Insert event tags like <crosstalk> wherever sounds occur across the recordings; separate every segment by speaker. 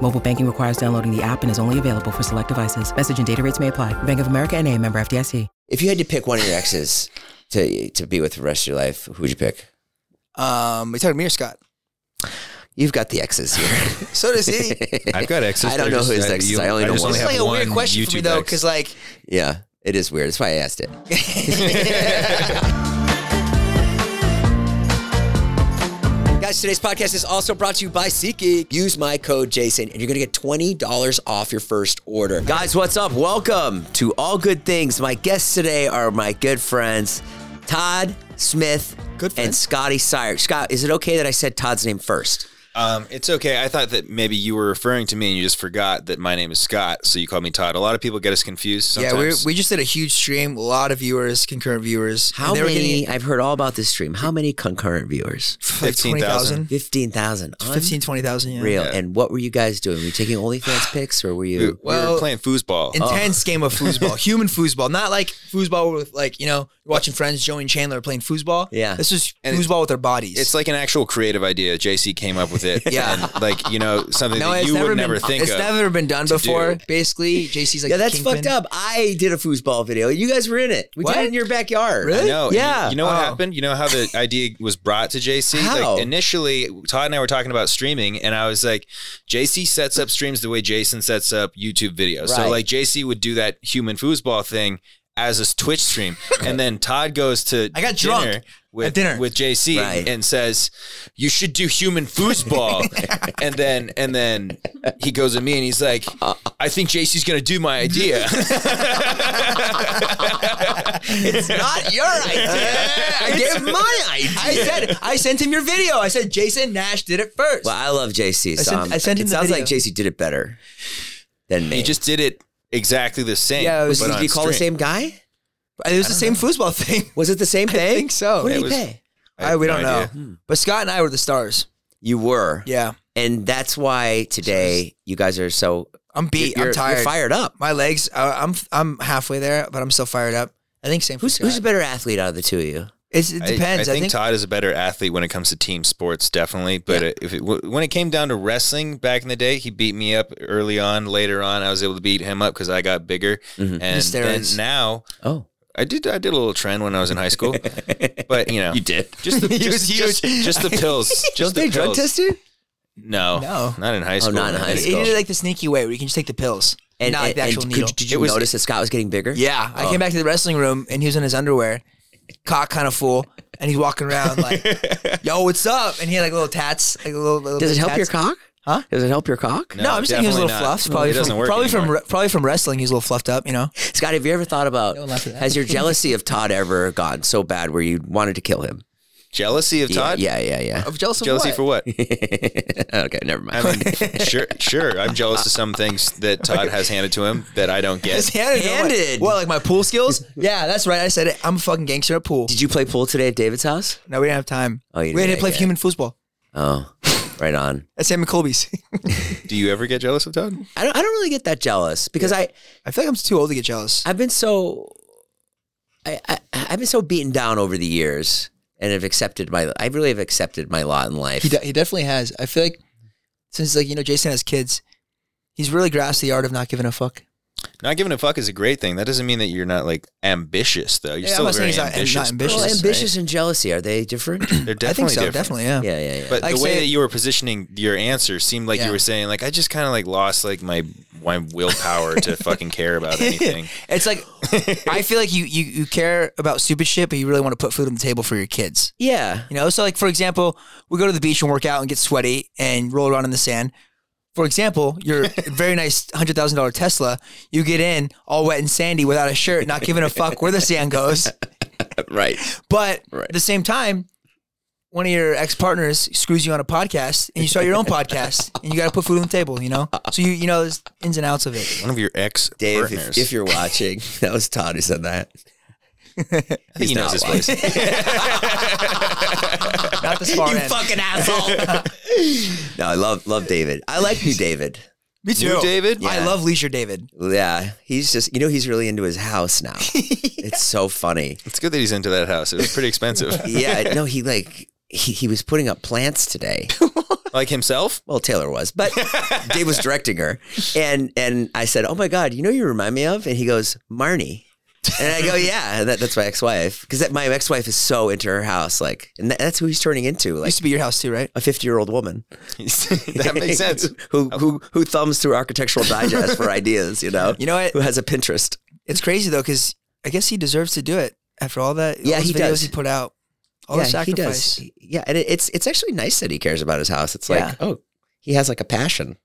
Speaker 1: Mobile banking requires downloading the app and is only available for select devices. Message and data rates may apply. Bank of America and a member FDIC.
Speaker 2: If you had to pick one of your exes to to be with the rest of your life, who would you pick?
Speaker 3: Um, we talking to me or Scott?
Speaker 2: You've got the exes <laughs> here.
Speaker 3: So does he.
Speaker 2: <laughs>
Speaker 4: I've got exes.
Speaker 2: I don't
Speaker 4: They're
Speaker 2: know who his
Speaker 4: I-
Speaker 2: ex is.
Speaker 4: you-
Speaker 2: I only know
Speaker 4: just
Speaker 2: one.
Speaker 3: It's
Speaker 4: have
Speaker 3: like a weird
Speaker 4: one
Speaker 3: question for me
Speaker 4: YouTube
Speaker 3: though,
Speaker 4: ex.
Speaker 3: because like
Speaker 2: yeah, it is weird. That's why I asked it. <laughs> Guys, today's podcast is also brought to you by SeatGeek. Use my code Jason, and you're going to get twenty dollars off your first order. Guys, what's up? Welcome to All Good Things. My guests today are my good friends, Todd Smith
Speaker 3: Good
Speaker 2: and
Speaker 3: friends.
Speaker 2: Scotty Sire. Scott, is it okay that I said Todd's name first?
Speaker 4: Um, it's okay. I thought that maybe you were referring to me and you just forgot that my name is Scott, so you called me Todd. A lot of people get us confused sometimes.
Speaker 3: yeah, we we just did a huge stream, a lot of viewers, concurrent viewers.
Speaker 2: How
Speaker 3: and they were
Speaker 2: many? uh,
Speaker 3: getting-
Speaker 2: I've heard all about this stream. How many concurrent viewers?
Speaker 3: like
Speaker 4: 15,000.
Speaker 3: 20,000.
Speaker 2: Fifteen thousand.
Speaker 3: 15, 20,000, yeah.
Speaker 2: Real.
Speaker 4: Yeah.
Speaker 2: And what were you guys doing? Were you taking
Speaker 3: <sighs>
Speaker 2: OnlyFans pics or were
Speaker 4: We- we
Speaker 2: you?
Speaker 4: were
Speaker 3: Well,
Speaker 4: playing foosball. Uh,
Speaker 3: Intense game
Speaker 4: <laughs>
Speaker 3: of foosball, human foosball, not like foosball with like you know watching friends Joey and Chandler playing foosball.
Speaker 2: Yeah.
Speaker 3: this is
Speaker 4: And it-
Speaker 3: foosball with their bodies.
Speaker 4: it's like an actual creative idea. JC came up with
Speaker 3: <laughs>
Speaker 4: it.
Speaker 3: Yeah.
Speaker 4: And, like, you know, something
Speaker 3: no,
Speaker 4: that
Speaker 3: it's
Speaker 4: you
Speaker 3: never
Speaker 4: would
Speaker 3: been,
Speaker 4: never think
Speaker 3: it's
Speaker 4: of.
Speaker 3: never been done before.
Speaker 4: do.
Speaker 3: Basically, JC's like
Speaker 2: yeah,
Speaker 3: the
Speaker 2: that's
Speaker 3: kingpin.
Speaker 2: fucked up. I did a foosball video. You guys were in it. We did
Speaker 3: What?
Speaker 2: it in your backyard.
Speaker 3: Really?
Speaker 4: I know. And you-
Speaker 2: Yeah.
Speaker 4: You, know what
Speaker 3: Eh, Oh.
Speaker 4: happened? You know how the idea was brought to JC?
Speaker 2: How?
Speaker 4: Like initially, Todd and I were talking about streaming, and I was like, JC sets up streams the way Jason sets up YouTube videos.
Speaker 2: Right.
Speaker 4: So like JC would do that human foosball thing as a Twitch stream,
Speaker 3: <laughs>
Speaker 4: and then Todd goes to
Speaker 3: I got drunk
Speaker 4: dinner. With,
Speaker 3: at dinner.
Speaker 4: with JC
Speaker 2: Right.
Speaker 4: and says, "You should do human
Speaker 3: <laughs>
Speaker 4: foosball," and then and then he goes at me and he's like, "I think JC's gonna do
Speaker 3: <laughs>
Speaker 4: my idea." <laughs>
Speaker 2: It's not your idea.
Speaker 3: <laughs>
Speaker 2: I gave my idea.
Speaker 3: I said I sent him your video. I said Jason Nash did it first.
Speaker 2: Well, I love JC. So
Speaker 3: I sent-
Speaker 2: I'm-
Speaker 3: I sent him
Speaker 2: it
Speaker 3: the
Speaker 2: sounds
Speaker 3: video.
Speaker 2: like JC did it better than me.
Speaker 4: He just did it exactly the same.
Speaker 3: Yeah, it
Speaker 2: was,
Speaker 3: was-
Speaker 4: but
Speaker 2: did
Speaker 4: on
Speaker 2: you call the
Speaker 4: stream.
Speaker 2: same guy?
Speaker 3: It was the same foosball <laughs> thing.
Speaker 2: Was it the same thing?
Speaker 3: I think so.
Speaker 2: Who did
Speaker 4: It
Speaker 2: he
Speaker 4: was-
Speaker 2: pay?
Speaker 3: I, we
Speaker 4: no
Speaker 3: don't
Speaker 4: idea.
Speaker 2: Hmm.
Speaker 3: know. But Scott and I were the stars.
Speaker 2: You were.
Speaker 3: Yeah.
Speaker 2: And that's why today you guys are so
Speaker 3: I'm beat.
Speaker 2: You're,
Speaker 3: I'm tired.
Speaker 2: You're fired up.
Speaker 3: My legs. I, I'm I'm halfway there, but I'm still fired up. I think same for
Speaker 2: Who's
Speaker 3: Scott.
Speaker 2: who's a better athlete out of the two of you?
Speaker 3: it's, it
Speaker 4: I-
Speaker 3: depends.
Speaker 4: I, think, Todd is a better athlete when it comes to team sports, definitely. But uh if it, w- when it came down to wrestling back in the day, he beat me up early on. Later on, I was able to beat him up because I got bigger. And then
Speaker 3: steroids.
Speaker 4: now,
Speaker 2: Oh,
Speaker 4: I did I did a little trend when I was in high school, but you know you did just the,
Speaker 3: He was
Speaker 4: just, just,
Speaker 3: huge.
Speaker 4: just the pills.
Speaker 2: don't
Speaker 4: Just the
Speaker 2: they drug
Speaker 4: pills.
Speaker 2: test you?
Speaker 4: No,
Speaker 3: No.
Speaker 4: not in high school.
Speaker 2: not in high
Speaker 4: It's
Speaker 3: He
Speaker 2: school.
Speaker 3: did it like the sneaky way where you can just take the pills, and, not like the actual
Speaker 2: could-
Speaker 3: needle.
Speaker 2: did you
Speaker 4: It was-
Speaker 2: notice that Oh. Scott was getting bigger?
Speaker 3: yeah, I came back to the wrestling room and he was in his underwear, cock kind of full, and he's walking
Speaker 2: <laughs>
Speaker 3: around like, "Yo, what's up?" And he had like little tats, like little. little
Speaker 2: Does it help your
Speaker 3: tats.
Speaker 2: cock?
Speaker 3: Huh?
Speaker 2: Does it help your cock?
Speaker 3: No, I'm just saying he was a
Speaker 4: definitely
Speaker 3: little
Speaker 4: not.
Speaker 3: fluffed. Probably
Speaker 4: it doesn't
Speaker 3: from
Speaker 4: work.
Speaker 3: probably
Speaker 4: anymore.
Speaker 3: from re- probably from wrestling. He's a little fluffed up, you know.
Speaker 2: Scott, have you ever thought about
Speaker 3: Don't laugh at that.
Speaker 2: has your jealousy of Todd ever gotten so bad where you wanted to kill him?
Speaker 4: jealousy of
Speaker 2: Yeah,
Speaker 4: Todd.
Speaker 2: Yeah, yeah, yeah.
Speaker 3: Of jealous of
Speaker 4: Jealousy
Speaker 3: what? <laughs>
Speaker 4: for
Speaker 2: <laughs>
Speaker 4: what?
Speaker 2: okay, never mind.
Speaker 4: I mean, sure, sure. I'm jealous of some things that Todd has handed to him that I don't
Speaker 3: Just
Speaker 4: get.
Speaker 3: <laughs> handed. it away.
Speaker 2: Handed.
Speaker 3: What, like my pool <laughs> skills? yeah, that's right. I said it. I'm a fucking gangster at pool.
Speaker 2: <laughs> Did you play pool today at David's house?
Speaker 3: No, we didn't have time.
Speaker 2: Oh, you
Speaker 3: we had
Speaker 2: didn't
Speaker 3: to play
Speaker 2: make it.
Speaker 3: human foosball
Speaker 2: Oh, right on.
Speaker 3: at Sam <laughs> McColby's.
Speaker 4: Do you ever get jealous of Todd?
Speaker 2: I don't. I don't really get that jealous because I.
Speaker 3: I feel like I'm too old to get jealous.
Speaker 2: I've been so I, I I've been so beaten down over the years and have accepted my I really have accepted my lot in life.
Speaker 3: He, de- he definitely has. I feel like since like you know Jason has kids, he's really grasped the art of not giving a fuck.
Speaker 4: Not giving a fuck is a great thing. That doesn't mean that you're not like ambitious though. You're
Speaker 3: Yeah, I'm
Speaker 4: still
Speaker 3: not saying
Speaker 4: very
Speaker 3: he's not-
Speaker 4: ambitious.
Speaker 3: not ambitious.
Speaker 2: well,
Speaker 4: person,
Speaker 2: ambitious and jealousy are they different?
Speaker 4: right? They're
Speaker 3: I
Speaker 4: definitely
Speaker 3: think so.
Speaker 4: different.
Speaker 3: Definitely, yeah. <laughs>
Speaker 2: yeah, yeah, yeah.
Speaker 4: But
Speaker 3: Like,
Speaker 4: the way
Speaker 3: say-
Speaker 4: that you were positioning your answer seemed like
Speaker 3: Yeah.
Speaker 4: you were saying like I just kind of like lost like my my willpower to fucking
Speaker 3: <laughs>
Speaker 4: care about anything.
Speaker 3: It's like I feel like you, you you care about stupid shit, but you really want to put food on the table for your kids.
Speaker 2: yeah.
Speaker 3: You know, so like for example, we go to the beach and work out and get sweaty and roll around in the sand. For example,
Speaker 2: <laughs>
Speaker 3: your very nice hundred thousand dollar Tesla, you get in all wet and sandy without a shirt, not giving a fuck where the sand goes.
Speaker 2: uh, Right.
Speaker 3: But
Speaker 2: Right.
Speaker 3: at the same time, one of your ex partners screws you on a podcast, and you start your
Speaker 2: <laughs>
Speaker 3: own podcast, and you got to put food on the table. You know, so you you know there's ins and outs of it.
Speaker 4: One of your ex
Speaker 2: Dave, <laughs>
Speaker 4: partners.
Speaker 2: if, if you're watching, that was Todd who said that.
Speaker 4: I think he knows his
Speaker 2: not lying.
Speaker 4: place.
Speaker 3: <laughs> Not the smart
Speaker 2: <laughs> you
Speaker 3: end.
Speaker 2: fucking asshole. <laughs> no, I love love David. I like new David.
Speaker 3: Me too.
Speaker 4: New David?
Speaker 3: I
Speaker 2: Yeah.
Speaker 3: love Leisure David.
Speaker 2: Yeah, he's just you know he's really into his house <laughs> now. It's so funny.
Speaker 4: It's good that he's into that house. It was pretty expensive.
Speaker 3: <laughs>
Speaker 2: Yeah, no, he like he, he was putting up plants today.
Speaker 3: <laughs>
Speaker 4: like himself?
Speaker 2: Well, Taylor was, but Dave was directing her, and and I said, "Oh my God, you know who you remind me of?" And he goes, "Marnie," and
Speaker 3: <laughs>
Speaker 2: I go, "Yeah, that, that's my ex-wife," because that, my ex-wife is so into her house, like, and that, that's who he's turning into, like
Speaker 3: Used to be your house too, right?
Speaker 2: a fifty-year-old
Speaker 3: <laughs>
Speaker 2: woman.
Speaker 4: that
Speaker 2: <laughs>
Speaker 4: makes sense.
Speaker 2: who
Speaker 3: Oh.
Speaker 2: who who thumbs through Architectural Digest
Speaker 3: <laughs>
Speaker 2: for ideas, you know?
Speaker 3: You know what?
Speaker 2: Who has a Pinterest?
Speaker 3: It's crazy though, because I guess he deserves to do it after all that.
Speaker 2: Yeah,
Speaker 3: all those
Speaker 2: he
Speaker 3: videos
Speaker 2: does.
Speaker 3: He put out all the
Speaker 2: he
Speaker 3: sacrifice.
Speaker 2: does. Yeah, and it, it's it's actually nice that he cares about his house. It's like,
Speaker 3: Yeah.
Speaker 2: oh, he has like a passion.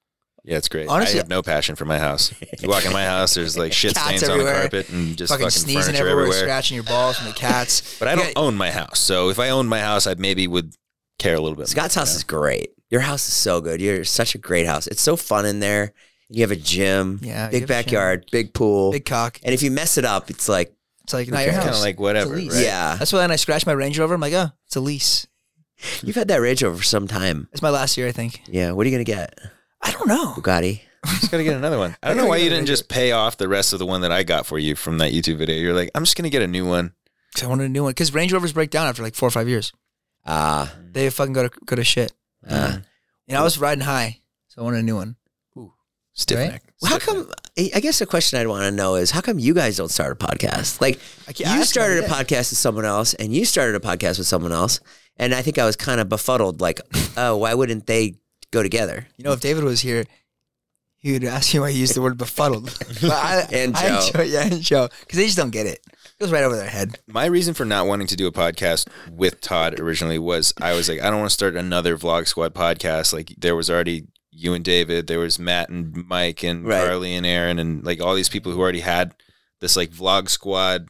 Speaker 4: Yeah, it's great.
Speaker 3: Honestly-
Speaker 4: I have no passion for my house. You walk in my house,
Speaker 3: <laughs>
Speaker 4: there's like shit
Speaker 3: Cats
Speaker 4: stains on
Speaker 3: everywhere.
Speaker 4: the carpet and just
Speaker 3: fucking,
Speaker 4: fucking,
Speaker 3: sneezing
Speaker 4: furniture
Speaker 3: everywhere,
Speaker 4: everywhere.
Speaker 3: scratching your balls from the cats.
Speaker 4: But I don't
Speaker 3: Yeah,
Speaker 4: own my house, so if I owned my house, I maybe would care a little bit.
Speaker 2: Scott's
Speaker 4: more,
Speaker 2: house
Speaker 4: you
Speaker 2: is great. Your house is so good. You're such a great house. It's so fun in there. You have a gym,
Speaker 3: Yeah, you
Speaker 2: big
Speaker 3: have a gym.
Speaker 2: backyard, big pool.
Speaker 3: big cock.
Speaker 2: and if you mess it up, it's like,
Speaker 3: It's like
Speaker 2: Who
Speaker 3: not your
Speaker 4: know?
Speaker 2: cares?
Speaker 4: Kind
Speaker 3: house.
Speaker 4: of like whatever.
Speaker 3: lease.
Speaker 4: Right?
Speaker 2: yeah,
Speaker 3: That's why when I scratched my Range Rover, I'm like, oh, it's a lease.
Speaker 2: you've had that Range Rover for some time.
Speaker 3: It's my last year, I think.
Speaker 2: Yeah, what are you gonna get?
Speaker 3: I don't know.
Speaker 2: Bugatti.
Speaker 4: Just gotta get
Speaker 3: <laughs>
Speaker 4: another one. I don't know why you didn't just pay off the rest of the one that I got for you from that YouTube video. You're like, I'm just gonna get a new one.
Speaker 3: 'Cause I wanted a new one because Range Rovers break down after like four or five years.
Speaker 2: Ah,
Speaker 3: They fucking go to go to shit.
Speaker 2: ah.
Speaker 3: And I was riding high, so I wanted a new one.
Speaker 4: Stiff
Speaker 3: Right?
Speaker 4: neck.
Speaker 2: how
Speaker 4: Stiff neck.
Speaker 2: come? I I guess the question I'd want to know is how come you guys don't start a podcast? Like
Speaker 3: I can't- I
Speaker 2: you
Speaker 3: asked him
Speaker 2: started a
Speaker 3: every day.
Speaker 2: podcast with someone else, and you started a podcast with someone else, and I think I was kind of befuddled.
Speaker 3: <laughs>
Speaker 2: Like, oh, why wouldn't they go together?
Speaker 3: You know, if David was here, he would ask me why he used the
Speaker 2: <laughs>
Speaker 3: word befuddled. But I,
Speaker 2: And
Speaker 3: I
Speaker 2: Joe.
Speaker 3: enjoy, yeah, and Joe, because they just don't get it. It goes right over their head.
Speaker 4: My reason for not wanting to do a podcast with Todd originally was I was like, I don't want to start another Vlog Squad podcast. Like there was already you and David, there was Matt and Mike and
Speaker 2: Right.
Speaker 4: Carly and Aaron and like all these people who already had this like Vlog Squad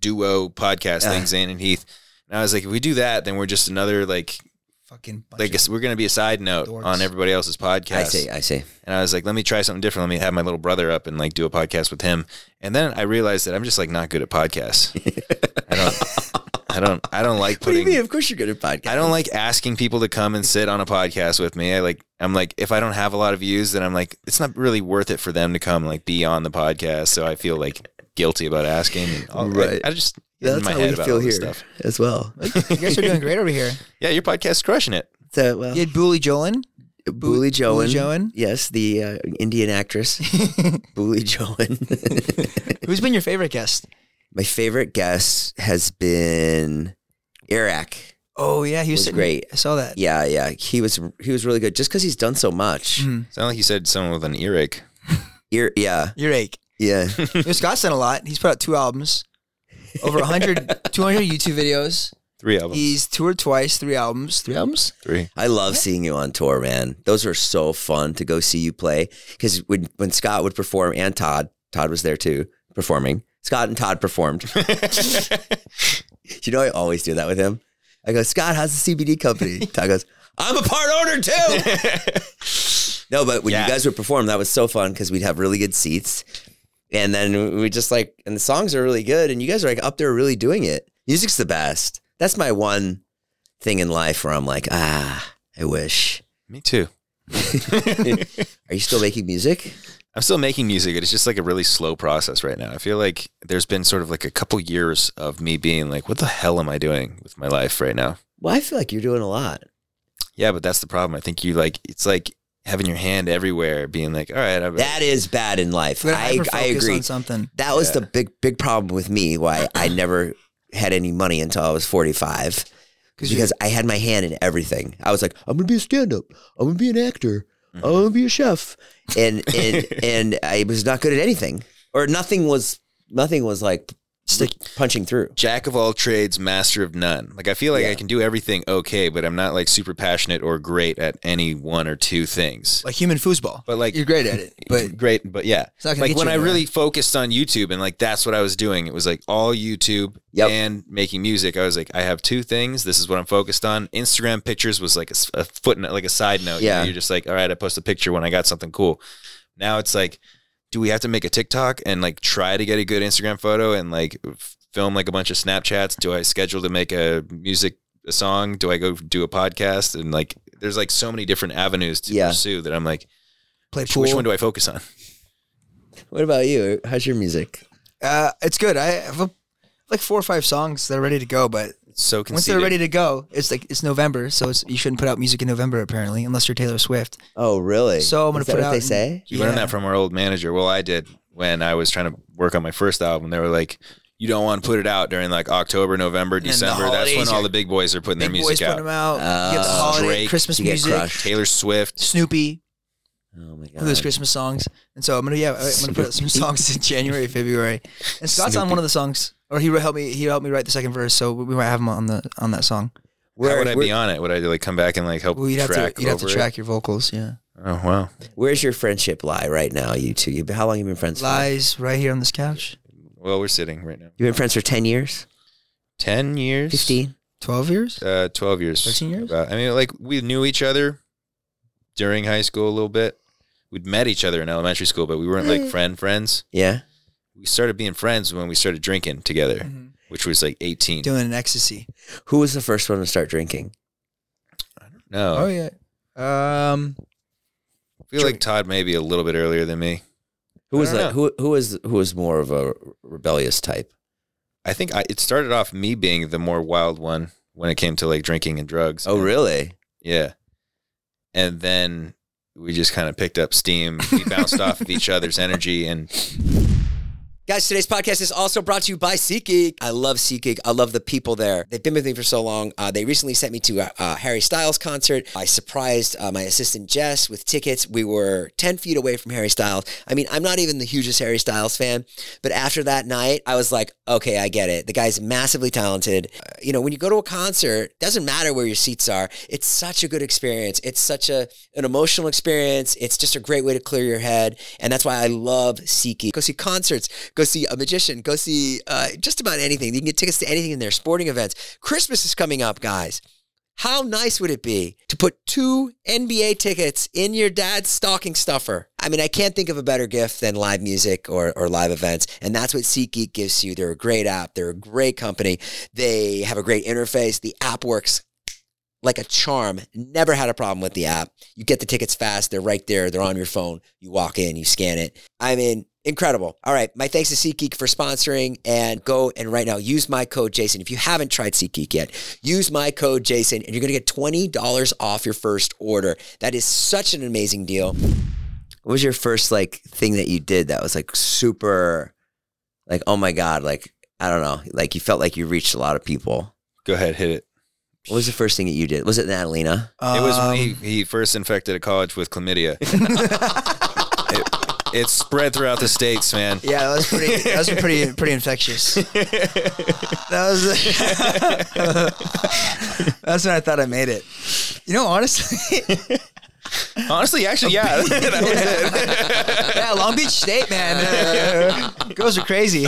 Speaker 4: duo podcast
Speaker 2: Uh.
Speaker 4: thing, Zane and Heath. And I was like, if we do that, then we're just another like
Speaker 3: Fucking bunch
Speaker 4: like
Speaker 3: of-
Speaker 4: we're gonna be a side note
Speaker 3: dorks.
Speaker 4: on everybody else's podcast.
Speaker 2: I see. I see.
Speaker 4: And I was like, let me try something different. Let me have my little brother up and like do a podcast with him. And then I realized that I'm just like not good
Speaker 2: <laughs>
Speaker 4: at podcasts. I don't, I don't, I don't like
Speaker 2: What do you
Speaker 4: putting.
Speaker 2: mean? Of course, you're good at podcast. <laughs>
Speaker 4: I don't like asking people to come and sit on a podcast with me. I like, I'm like, if I don't have a lot of views, then I'm like, it's not really worth it for them to come like be on the podcast. So I feel like guilty about asking. And all,
Speaker 2: Right.
Speaker 4: I, I just
Speaker 2: That's
Speaker 4: in my
Speaker 2: how
Speaker 4: head
Speaker 2: we
Speaker 4: about
Speaker 2: feel
Speaker 4: all
Speaker 2: here
Speaker 4: this stuff.
Speaker 2: as
Speaker 4: <laughs>
Speaker 2: well.
Speaker 3: you guys are doing great
Speaker 2: <laughs>
Speaker 3: over here.
Speaker 4: Yeah, your podcast's crushing it.
Speaker 2: So, well,
Speaker 3: You had Booley Jolin. <laughs>
Speaker 2: Booley Joan.
Speaker 3: Booley Joan?
Speaker 2: Yes, the uh, Indian actress, <laughs> Booley Joan. <laughs>
Speaker 3: Who's been your favorite guest?
Speaker 2: My favorite guest has been Iraq.
Speaker 3: Oh yeah, he was,
Speaker 2: Was
Speaker 3: sitting-
Speaker 2: great.
Speaker 3: I saw that.
Speaker 2: Yeah, yeah. He was he was really good just because he's done so much.
Speaker 3: Mhm.
Speaker 4: Sound like you said someone with an earache.
Speaker 2: Ir- yeah,
Speaker 3: Your ache.
Speaker 2: yeah.
Speaker 3: You know, Scott's done a lot. He's put out two albums,
Speaker 2: <laughs>
Speaker 3: over 100, 200 YouTube videos.
Speaker 4: Three albums.
Speaker 3: He's toured twice, three albums. Three albums?
Speaker 4: Three.
Speaker 2: I love seeing you on tour, man. Those are so fun to go see you play. Because when, when Scott would perform and Todd, Todd was there too performing. Scott and Todd performed. <laughs> you know, I always do that with him. I go, Scott, how's the CBD company? Todd goes, I'm a part owner too. no, but when
Speaker 4: Yeah.
Speaker 2: you guys would perform, that was so fun because we'd have really good seats. And then we just like, and the songs are really good. And you guys are like up there really doing it. Music's the best. That's my one thing in life where I'm like, ah, I wish.
Speaker 4: Me too.
Speaker 2: Are you still making music?
Speaker 4: I'm still making music. It's just like a really slow process right now. I feel like there's been sort of like a couple years of me being like, what the hell am I doing with my life right now?
Speaker 2: Well, I feel like you're doing a lot.
Speaker 4: Yeah, but that's the problem. I think you like, it's like having your hand everywhere, being like, all right, I've,
Speaker 2: That is bad in life.
Speaker 3: We're gonna
Speaker 2: I, I
Speaker 3: hyper-focus
Speaker 2: agree.
Speaker 3: on something.
Speaker 2: That was
Speaker 4: Yeah.
Speaker 2: the big, big problem with me
Speaker 3: <clears throat>
Speaker 2: why I never had any money until I was 45
Speaker 3: you-
Speaker 2: because I had my hand in everything. I was like, I'm going to be a stand up. I'm going to be an actor.
Speaker 3: Mm-hmm.
Speaker 2: I'm going to be a chef. And,
Speaker 3: <laughs>
Speaker 2: and, and I was not good at anything or nothing was, nothing was like stick punching through.
Speaker 4: jack of all trades, master of none. Like, I feel like
Speaker 2: Yeah.
Speaker 4: I can do everything okay, but I'm not like super passionate or great at any one or two things.
Speaker 3: Like human foosball.
Speaker 4: But, like-
Speaker 3: you're great at it.
Speaker 2: <laughs>
Speaker 3: But
Speaker 4: great, but yeah.
Speaker 3: not gonna
Speaker 4: Like
Speaker 3: get
Speaker 4: when
Speaker 3: you
Speaker 4: I
Speaker 3: anywhere.
Speaker 4: really focused on YouTube and like that's what I was doing. It was like all YouTube
Speaker 2: Yep.
Speaker 4: and making music. I was like, I have two things. This is what I'm focused on. Instagram pictures was like a, s- a footnote, like a side note. You know,
Speaker 2: Yeah.
Speaker 4: you're just like, all right, I post a picture when I got something cool. Now it's like, do we have to make a TikTok and like try to get a good Instagram photo and like f- film like a bunch of Snapchats? Do I schedule to make a music a song? Do I go do a podcast? And like, there's like so many different avenues to
Speaker 2: Yeah.
Speaker 4: pursue that I'm like,
Speaker 3: Play
Speaker 4: which,
Speaker 3: pool.
Speaker 4: which one do I focus on?
Speaker 2: What about you? How's your music?
Speaker 3: uh, it's good. I have a, like four or five songs that are ready to go, but
Speaker 4: It's so
Speaker 3: once they're
Speaker 4: conceited.
Speaker 3: ready to go, it's like it's November, so it's, you shouldn't put out music in November apparently, unless you're Taylor Swift.
Speaker 2: Oh, really?
Speaker 3: So I'm gonna
Speaker 2: Is that
Speaker 3: put
Speaker 2: what
Speaker 3: out
Speaker 2: they
Speaker 3: in-
Speaker 2: say.
Speaker 4: You learned
Speaker 3: Yeah.
Speaker 4: that from our old manager. Well, I did when I was trying to work on my first album. They were like, "You don't want to put it out during like October, November,
Speaker 3: the
Speaker 4: December. That's when
Speaker 3: holidays,
Speaker 4: all
Speaker 3: you're-
Speaker 4: the big boys are putting their
Speaker 3: Big boys
Speaker 4: music
Speaker 3: put
Speaker 4: out.
Speaker 3: them out. you get the
Speaker 2: Uh,
Speaker 3: holiday,
Speaker 4: Drake,
Speaker 3: Christmas
Speaker 2: you get
Speaker 3: music,
Speaker 2: crushed.
Speaker 4: Taylor Swift.
Speaker 3: Snoopy,
Speaker 2: Oh my god.
Speaker 3: those
Speaker 4: Uh,
Speaker 3: Christmas songs. And so I'm gonna yeah, I'm gonna put out some songs in January, February. And Scott's on one of the songs, or he helped me. He helped me write the second verse, so we might have him on the on that song.
Speaker 4: How
Speaker 2: Where-
Speaker 4: would I
Speaker 2: where-
Speaker 4: be on it? Would I like come back and like help
Speaker 3: Well, you'd have
Speaker 4: track
Speaker 3: to you'd have to
Speaker 4: over it?
Speaker 3: track your vocals. Yeah,
Speaker 4: Oh wow,
Speaker 2: Where's your friendship lie right now, you two? You, how long you been friends for?
Speaker 3: lies right here on this couch.
Speaker 4: well we're sitting right now.
Speaker 2: You've been friends for 10 years?
Speaker 4: Ten years,
Speaker 2: 15?
Speaker 3: Twelve years.
Speaker 4: uh, twelve years,
Speaker 3: 13 years?
Speaker 4: About. I mean, like we knew each other during high school a little bit. We'd met each other in elementary school, but we weren't like
Speaker 3: Mm.
Speaker 4: friend friends.
Speaker 2: Yeah.
Speaker 4: We started being friends when we started drinking together,
Speaker 3: Mhm.
Speaker 4: which was like eighteen.
Speaker 3: Doing an ecstasy.
Speaker 2: Who was the first one to start drinking?
Speaker 4: No,
Speaker 3: Oh yeah. Um,
Speaker 4: I feel like Todd maybe a little bit earlier than me.
Speaker 2: Who was
Speaker 4: I don't
Speaker 2: like who who was who was more of a rebellious type?
Speaker 4: I think I, it started off me being the more wild one when it came to like drinking and drugs.
Speaker 2: Oh, really?
Speaker 4: Yeah. And then we just kind of picked up steam. We bounced off of each other's energy and
Speaker 2: Guys, today's podcast is also brought to you by SeatGeek. I love SeatGeek. I love the people there. They've been with me for so long. Uh, they recently sent me to a, a Harry Styles concert. I surprised uh, my assistant Jess with tickets. We were 10 feet away from Harry Styles. I mean, I'm not even the hugest Harry Styles fan, but after that night, I was like, okay, I get it. The guy's massively talented. Uh, you know, when you go to a concert, doesn't matter where your seats are. It's such a good experience. It's such a an emotional experience. It's just a great way to clear your head, and that's why I love SeatGeek. Go see concerts. Go see a magician. Go see uh, just about anything. You can get tickets to anything in there. Sporting events. Christmas is coming up, guys. How nice would it be to put two NBA tickets in your dad's stocking stuffer? I mean, I can't think of a better gift than live music or, or live events. And that's what SeatGeek gives you. They're a great app, they're a great company. They have a great interface. The app works like a charm. Never had a problem with the app. You get the tickets fast, they're right there, they're on your phone. You walk in, you scan it. I mean, incredible. All right, my thanks to SeatGeek for sponsoring and go and right now use my code Jason. If you haven't tried SeatGeek yet, use my code Jason and you're going to get $20 off your first order. That is such an amazing deal. What was your first like thing that you did that was like super like oh my god, like I don't know, like you felt like you reached a lot of people.
Speaker 4: go ahead, hit it.
Speaker 2: What was the first thing that you did? Was it Natalina?
Speaker 4: It was when
Speaker 3: um,
Speaker 4: he, he first infected a college
Speaker 3: <laughs>
Speaker 4: with chlamydia. it, it spread throughout the states, man.
Speaker 3: Yeah, that was pretty. That was
Speaker 4: <laughs>
Speaker 3: pretty pretty infectious. that was. <laughs> that's when I thought I made it. You know, honestly, <laughs>
Speaker 4: Honestly, actually, yeah. <laughs> that was it.
Speaker 3: yeah, Long Beach State, man. Girls are crazy.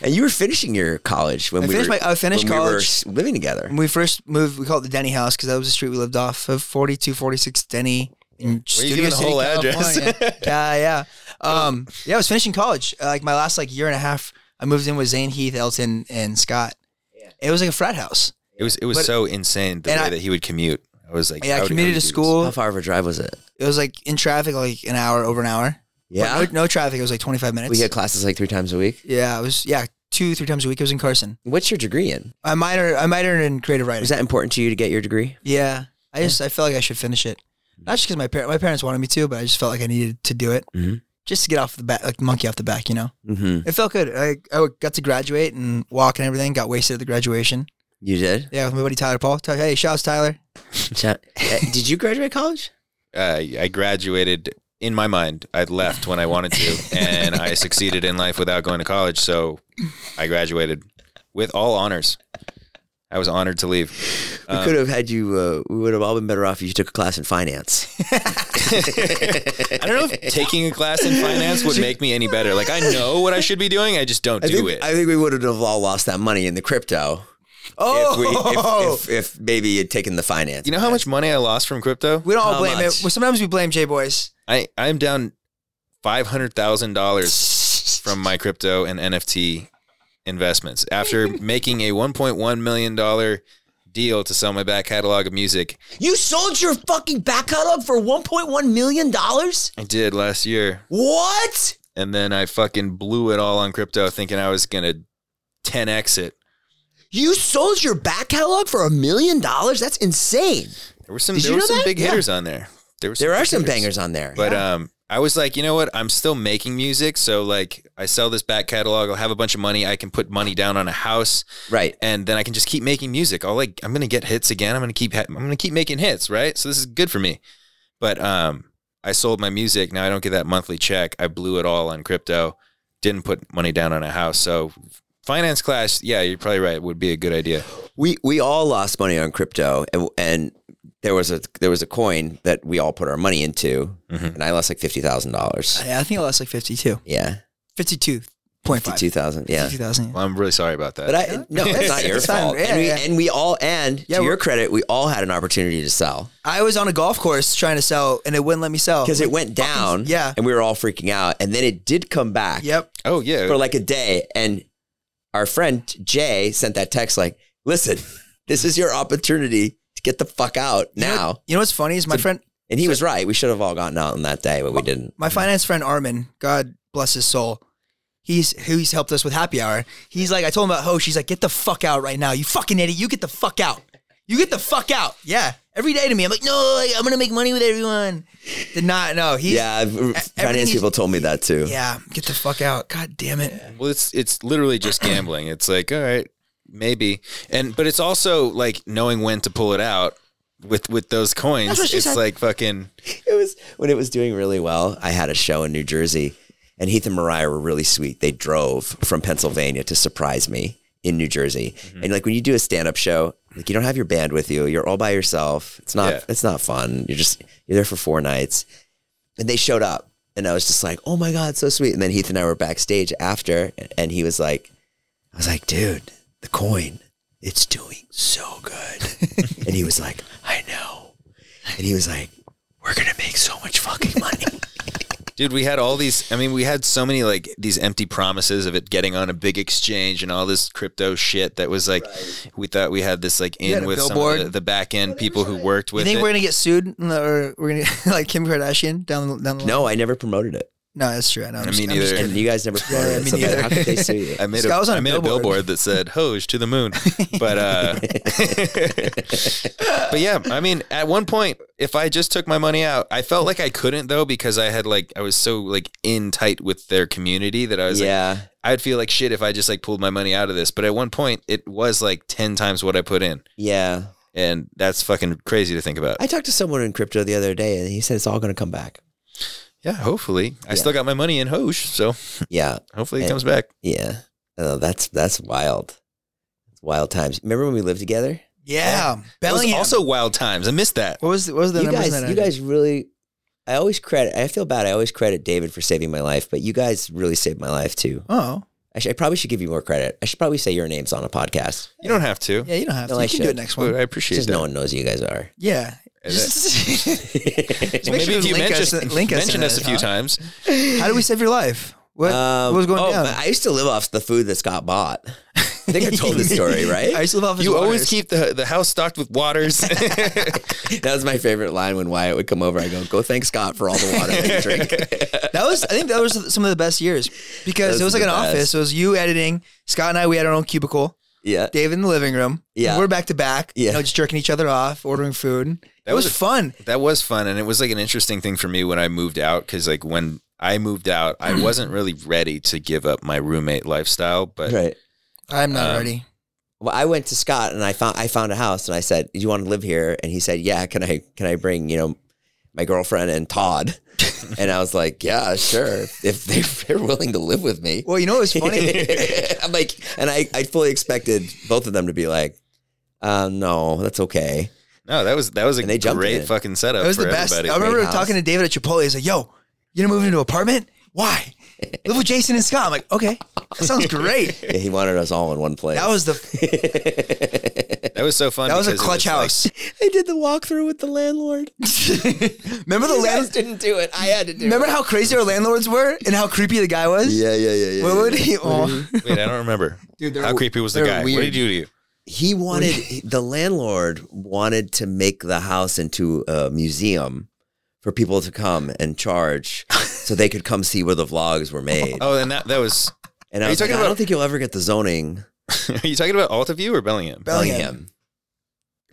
Speaker 2: And you were finishing your college when
Speaker 3: I
Speaker 2: we
Speaker 3: finished
Speaker 2: were
Speaker 3: my- I finished
Speaker 2: when we were
Speaker 3: college.
Speaker 2: s- living together.
Speaker 3: When we first moved, we called it the Denny House because that was the street we lived off of, 4246 Denny in Studio
Speaker 4: giving the
Speaker 3: City,
Speaker 4: whole address?
Speaker 3: California. yeah, yeah. Um, yeah, I was finishing college. Uh, like my last like year and a half, I moved in with Zane Heath, Elton, and Scott. It was like a frat house.
Speaker 4: It was it was
Speaker 3: But-
Speaker 4: so insane the way
Speaker 3: and I-
Speaker 4: that he would commute. I was like,
Speaker 3: Yeah, I
Speaker 4: how do-
Speaker 3: commuted
Speaker 4: how
Speaker 3: to
Speaker 4: do you do this?
Speaker 3: school.
Speaker 2: How far of a drive was it?
Speaker 3: It was like in traffic, like an hour, over an hour.
Speaker 2: Yeah,
Speaker 3: But no, no traffic. It was like 25 minutes.
Speaker 2: we had classes like three times a week.
Speaker 3: yeah, it was, yeah, two, three times a week. It was in Carson.
Speaker 2: What's your degree in?
Speaker 3: I minor, I minored in creative writing.
Speaker 2: Was that important to you to get your degree?
Speaker 3: yeah. I just, I felt like I should finish it.
Speaker 2: Mm-hmm.
Speaker 3: Not just because my, par- my parents wanted me to, but I just felt like I needed to do it
Speaker 2: Mhm.
Speaker 3: just to get off the back, like monkey off the back, you know?
Speaker 2: Mm-hmm.
Speaker 3: It felt good. I, I got to graduate and walk and everything, got wasted at the graduation.
Speaker 2: You
Speaker 3: <laughs>
Speaker 2: did.
Speaker 3: Yeah, with my buddy Tyler Paul. Ty- Hey, shouts Tyler.
Speaker 2: Cha- Eh, did you graduate college?
Speaker 4: uh, I graduated in my mind. I left when I
Speaker 3: <laughs>
Speaker 4: wanted to, and I succeeded in life without going to college. So I graduated with all honors. I was honored to leave. <laughs>
Speaker 2: We could have had you. Uh, we would have all been better off if you took a class in
Speaker 4: <laughs>
Speaker 2: finance.
Speaker 4: I don't know if taking a class in finance would make me any better. Like I know what I should be doing, I just don't
Speaker 2: I
Speaker 4: do
Speaker 2: think,
Speaker 4: it.
Speaker 2: I think we would have all lost that money in the crypto
Speaker 3: Oh,
Speaker 2: if, we, if, if, if maybe you'd taken the finance.
Speaker 4: Oh. you know how much money I lost from crypto?
Speaker 3: <laughs> we don't all
Speaker 2: how
Speaker 3: blame
Speaker 2: much?
Speaker 3: it. Well, sometimes we blame
Speaker 2: <laughs>
Speaker 3: J Boys.
Speaker 4: I I'm down five hundred thousand dollars from my crypto and NFT investments.
Speaker 2: <laughs>
Speaker 4: After making a 1.1 million dollar deal to sell my back catalog of music,
Speaker 2: You sold your fucking back catalog for 1.1 million dollars?
Speaker 4: I did last year,
Speaker 2: What?
Speaker 4: and then I fucking blew it all on crypto, thinking I was gonna 10x it.
Speaker 2: You sold your back catalog for a million dollars? That's insane.
Speaker 4: There were some.
Speaker 2: Did
Speaker 4: there
Speaker 2: you
Speaker 4: were
Speaker 2: know
Speaker 4: some
Speaker 2: that?
Speaker 4: big
Speaker 2: Yeah.
Speaker 4: hitters on there. There were.
Speaker 2: There
Speaker 4: big
Speaker 2: are some
Speaker 4: hitters.
Speaker 2: bangers on there.
Speaker 4: But um, I was like, you know what? I'm still making music, so like, I sell this back catalog. I'll have a bunch of money. I can put money down on a house,
Speaker 2: right.
Speaker 4: and then I can just keep making music. I'll like, I'm gonna get hits again. I'm gonna keep. ha- I'm gonna keep making hits, right? So this is good for me. But um, I sold my music. Now I don't get that monthly check. I blew it all on crypto. Didn't put money down on a house. So finance class, yeah, you're probably right. Would be a good idea.
Speaker 2: We we all lost money on crypto, and, and there was a there was a coin that we all put our money into,
Speaker 4: Mm-hmm.
Speaker 2: and I lost like fifty thousand dollars.
Speaker 3: I I think I lost like 52.
Speaker 2: Yeah,
Speaker 3: 52.5.
Speaker 2: fifty two thousand. Yeah,
Speaker 3: 52,000.
Speaker 4: Well, I'm really sorry about that.
Speaker 2: but I no, that's not your
Speaker 3: It's fine.
Speaker 2: fault.
Speaker 3: Yeah,
Speaker 2: and, we,
Speaker 3: yeah.
Speaker 2: and we all and
Speaker 3: Yeah,
Speaker 2: to your
Speaker 3: we're-
Speaker 2: credit, we all had an opportunity to sell
Speaker 3: I was on a golf course trying to sell and it wouldn't let me sell.
Speaker 2: because it went down.
Speaker 3: yeah.
Speaker 2: and we were all freaking out, and then it did come back.
Speaker 3: Yep.
Speaker 4: oh yeah,
Speaker 2: for like a day. And our friend Jay sent that text like, listen, this is your opportunity to get the fuck out
Speaker 3: You know-
Speaker 2: now.
Speaker 3: You know what's funny is my friend,
Speaker 2: And he was right. We should have all gotten out on that day, but
Speaker 3: Oh,
Speaker 2: we didn't.
Speaker 3: my finance friend Armin, God bless his soul. He's who's helped us with happy hour. He's like, I told him about Ho. She's like, get the fuck out right now. You fucking idiot. You get the fuck out. You get the fuck out. Yeah. Every day to me, I'm like, no, like, I'm gonna make money with everyone. Did not. No. He's, e,
Speaker 2: yeah, I've- finance
Speaker 3: he's-
Speaker 2: people told me that too.
Speaker 3: Yeah. Get the fuck out. God damn it.
Speaker 4: Well, it's it's literally just gambling. It's like, all right, maybe, and but it's also like knowing when to pull it out with with those coins.
Speaker 3: That's what she
Speaker 4: It's
Speaker 3: said.
Speaker 4: like fucking.
Speaker 2: <laughs> It was when it was doing really well. I had a show in New Jersey, and Heath and Mariah were really sweet. They drove from Pennsylvania to surprise me in New Jersey. And like when you do a stand-up show, like you don't have your band with you. You're all by yourself. It's not
Speaker 4: Yeah.
Speaker 2: it's not fun. You're just you're there for four nights. And they showed up, and I was just like, "Oh my god, so sweet." And then Heath and I were backstage after, and he was like, "I was like, dude, the coin, it's doing so good." and he was like, "I know." And he was like, we're gonna make so much fucking money.
Speaker 4: Dude, we had all these. I mean, we had so many like these empty promises of it getting on a big exchange and all this crypto shit that was like, we thought we had this like
Speaker 3: had
Speaker 4: in
Speaker 3: a
Speaker 4: with some of
Speaker 3: billboard.
Speaker 4: the, the back end people who worked
Speaker 3: You
Speaker 4: with
Speaker 3: think
Speaker 4: it.
Speaker 3: we're gonna get sued, or we're gonna <laughs> like Kim Kardashian down the down the
Speaker 2: <laughs>
Speaker 3: line?
Speaker 2: no, I never promoted it,
Speaker 3: no, that's true. I know. I'm
Speaker 4: I
Speaker 3: just-
Speaker 4: mean,
Speaker 3: I'm just-
Speaker 4: either.
Speaker 2: and you guys never promoted
Speaker 3: Yeah,
Speaker 2: it.
Speaker 3: me
Speaker 2: So then
Speaker 3: neither.
Speaker 2: how could they sue
Speaker 3: <laughs>
Speaker 2: you?
Speaker 4: I made,
Speaker 3: This guy
Speaker 4: a,
Speaker 3: was on
Speaker 4: I
Speaker 3: a
Speaker 4: made a
Speaker 3: billboard.
Speaker 4: billboard that said "Hoj to the moon," but uh, <laughs> but yeah, I mean, at one point, if I just took my money out, I felt like I couldn't though because I had like I was so like in tight with their community that I was like,
Speaker 2: yeah,
Speaker 4: I'd feel like shit if I just like pulled my money out of this. But at one point, it was like ten times what I put in,
Speaker 2: yeah.
Speaker 4: and that's fucking crazy to think about.
Speaker 2: I talked to someone in crypto the other day, and he said it's all gonna come
Speaker 3: <laughs>
Speaker 2: back.
Speaker 4: yeah, hopefully, I still got my money in Hoj, so
Speaker 2: Yeah,
Speaker 4: hopefully it
Speaker 2: And-
Speaker 4: comes back.
Speaker 2: yeah. Oh, that's that's wild. It's wild times. Remember when we lived together?
Speaker 3: yeah,
Speaker 4: That was
Speaker 3: Bellingham.
Speaker 4: also wild times. I missed that.
Speaker 3: what was what was the
Speaker 2: you
Speaker 3: numbers
Speaker 2: guys,
Speaker 3: in that?
Speaker 2: you
Speaker 3: ad?
Speaker 2: guys really. I always credit. I feel bad. I always credit David for saving my life, but you guys really saved my life too.
Speaker 3: Oh,
Speaker 2: I, should, I probably should give you more credit. I should probably say your names on a podcast.
Speaker 4: You don't have to.
Speaker 3: yeah, you don't have
Speaker 2: No,
Speaker 3: to.
Speaker 2: I
Speaker 3: you can do
Speaker 2: should.
Speaker 3: it next
Speaker 4: But
Speaker 3: one.
Speaker 4: I appreciate
Speaker 2: Just
Speaker 4: that.
Speaker 2: no one knows who you guys
Speaker 3: <laughs>
Speaker 2: are. <laughs>
Speaker 3: yeah. Just-
Speaker 4: Well,
Speaker 3: Make
Speaker 4: maybe
Speaker 3: sure
Speaker 4: if
Speaker 3: to
Speaker 4: you
Speaker 3: link
Speaker 4: mention
Speaker 3: us-
Speaker 4: us,
Speaker 3: link us
Speaker 4: mention
Speaker 3: in
Speaker 4: us a
Speaker 3: it,
Speaker 4: few
Speaker 3: huh?
Speaker 4: times.
Speaker 3: <laughs> How do we save your life? What, what was going
Speaker 2: oh,
Speaker 3: down?
Speaker 2: I used to live off the food that's got bought. I think I told this
Speaker 3: <laughs>
Speaker 2: story,
Speaker 3: I
Speaker 2: right?
Speaker 3: used to live off his
Speaker 4: You always
Speaker 3: waters.
Speaker 4: keep the the house stocked
Speaker 3: <laughs>
Speaker 4: with waters. <laughs>
Speaker 2: That was my favorite line when Wyatt would come over. I go, go thank Scott for all the water that you drink.
Speaker 3: <laughs> That was I think that was some of the best years because
Speaker 2: Those
Speaker 3: it was
Speaker 2: are
Speaker 3: like
Speaker 2: the
Speaker 3: an office.
Speaker 2: best.
Speaker 3: It was you editing. Scott and I we had our own cubicle.
Speaker 2: yeah.
Speaker 3: Dave in the living room.
Speaker 2: Yeah.
Speaker 3: we're back to back.
Speaker 2: Yeah.
Speaker 3: you know, just jerking each other off, ordering food. That it was,
Speaker 4: was a-
Speaker 3: fun.
Speaker 4: that was fun, and it was like an interesting thing for me when I moved out because like when I moved out, I wasn't really ready to give up my roommate lifestyle, but
Speaker 2: Right.
Speaker 3: I'm not
Speaker 4: Um,
Speaker 3: ready.
Speaker 2: Well, I went to Scott and I found I found a house and I said, "You want to live here?" And he said, "Yeah, can I can I bring, you know, my girlfriend and
Speaker 3: <laughs>
Speaker 2: Todd?" and I was like, "Yeah, sure. If they- if they're willing to live with me."
Speaker 3: Well, you know what was
Speaker 2: <laughs>
Speaker 3: funny?
Speaker 2: I'm like, and I, I fully expected both of them to be like, uh, no, that's okay.
Speaker 4: no, that was that was a
Speaker 2: And they jumped
Speaker 4: great
Speaker 2: in.
Speaker 4: fucking setup.
Speaker 3: That was
Speaker 4: for
Speaker 3: the best.
Speaker 4: Everybody.
Speaker 3: I remember
Speaker 2: Great house.
Speaker 3: talking to David at Chipotle. He's like, "Yo, you gonna move into an apartment? Why? Live with Jason and Scott." I'm like, "Okay, that sounds great."
Speaker 2: <laughs> Yeah, he wanted us all in one place.
Speaker 3: That was the
Speaker 4: that was so fun.
Speaker 3: that was a
Speaker 4: because it
Speaker 3: clutch
Speaker 4: like-
Speaker 3: house.
Speaker 2: I did the walkthrough with the landlord.
Speaker 3: remember the
Speaker 2: You guys
Speaker 3: land?
Speaker 2: didn't do it. I had to do
Speaker 3: Remember
Speaker 2: it.
Speaker 3: how crazy our landlords were and how creepy the guy was?
Speaker 2: Yeah, yeah, yeah, yeah.
Speaker 3: What would he? Oh, <laughs>
Speaker 4: Wait, I don't remember.
Speaker 3: Dude, they're
Speaker 4: How creepy was the
Speaker 3: they're
Speaker 4: guy? What
Speaker 3: weird.
Speaker 4: did he do to you?
Speaker 2: He wanted the landlord wanted to make the house into a museum for people to come and charge so they could come see where the vlogs were made.
Speaker 4: Oh, and that that was.
Speaker 2: And I
Speaker 4: Are you
Speaker 2: was like,
Speaker 4: talking
Speaker 2: I don't
Speaker 4: about-
Speaker 2: think you'll ever get the zoning.
Speaker 4: <laughs> Are you talking about Altaview or Bellingham?
Speaker 3: Bellingham.
Speaker 2: That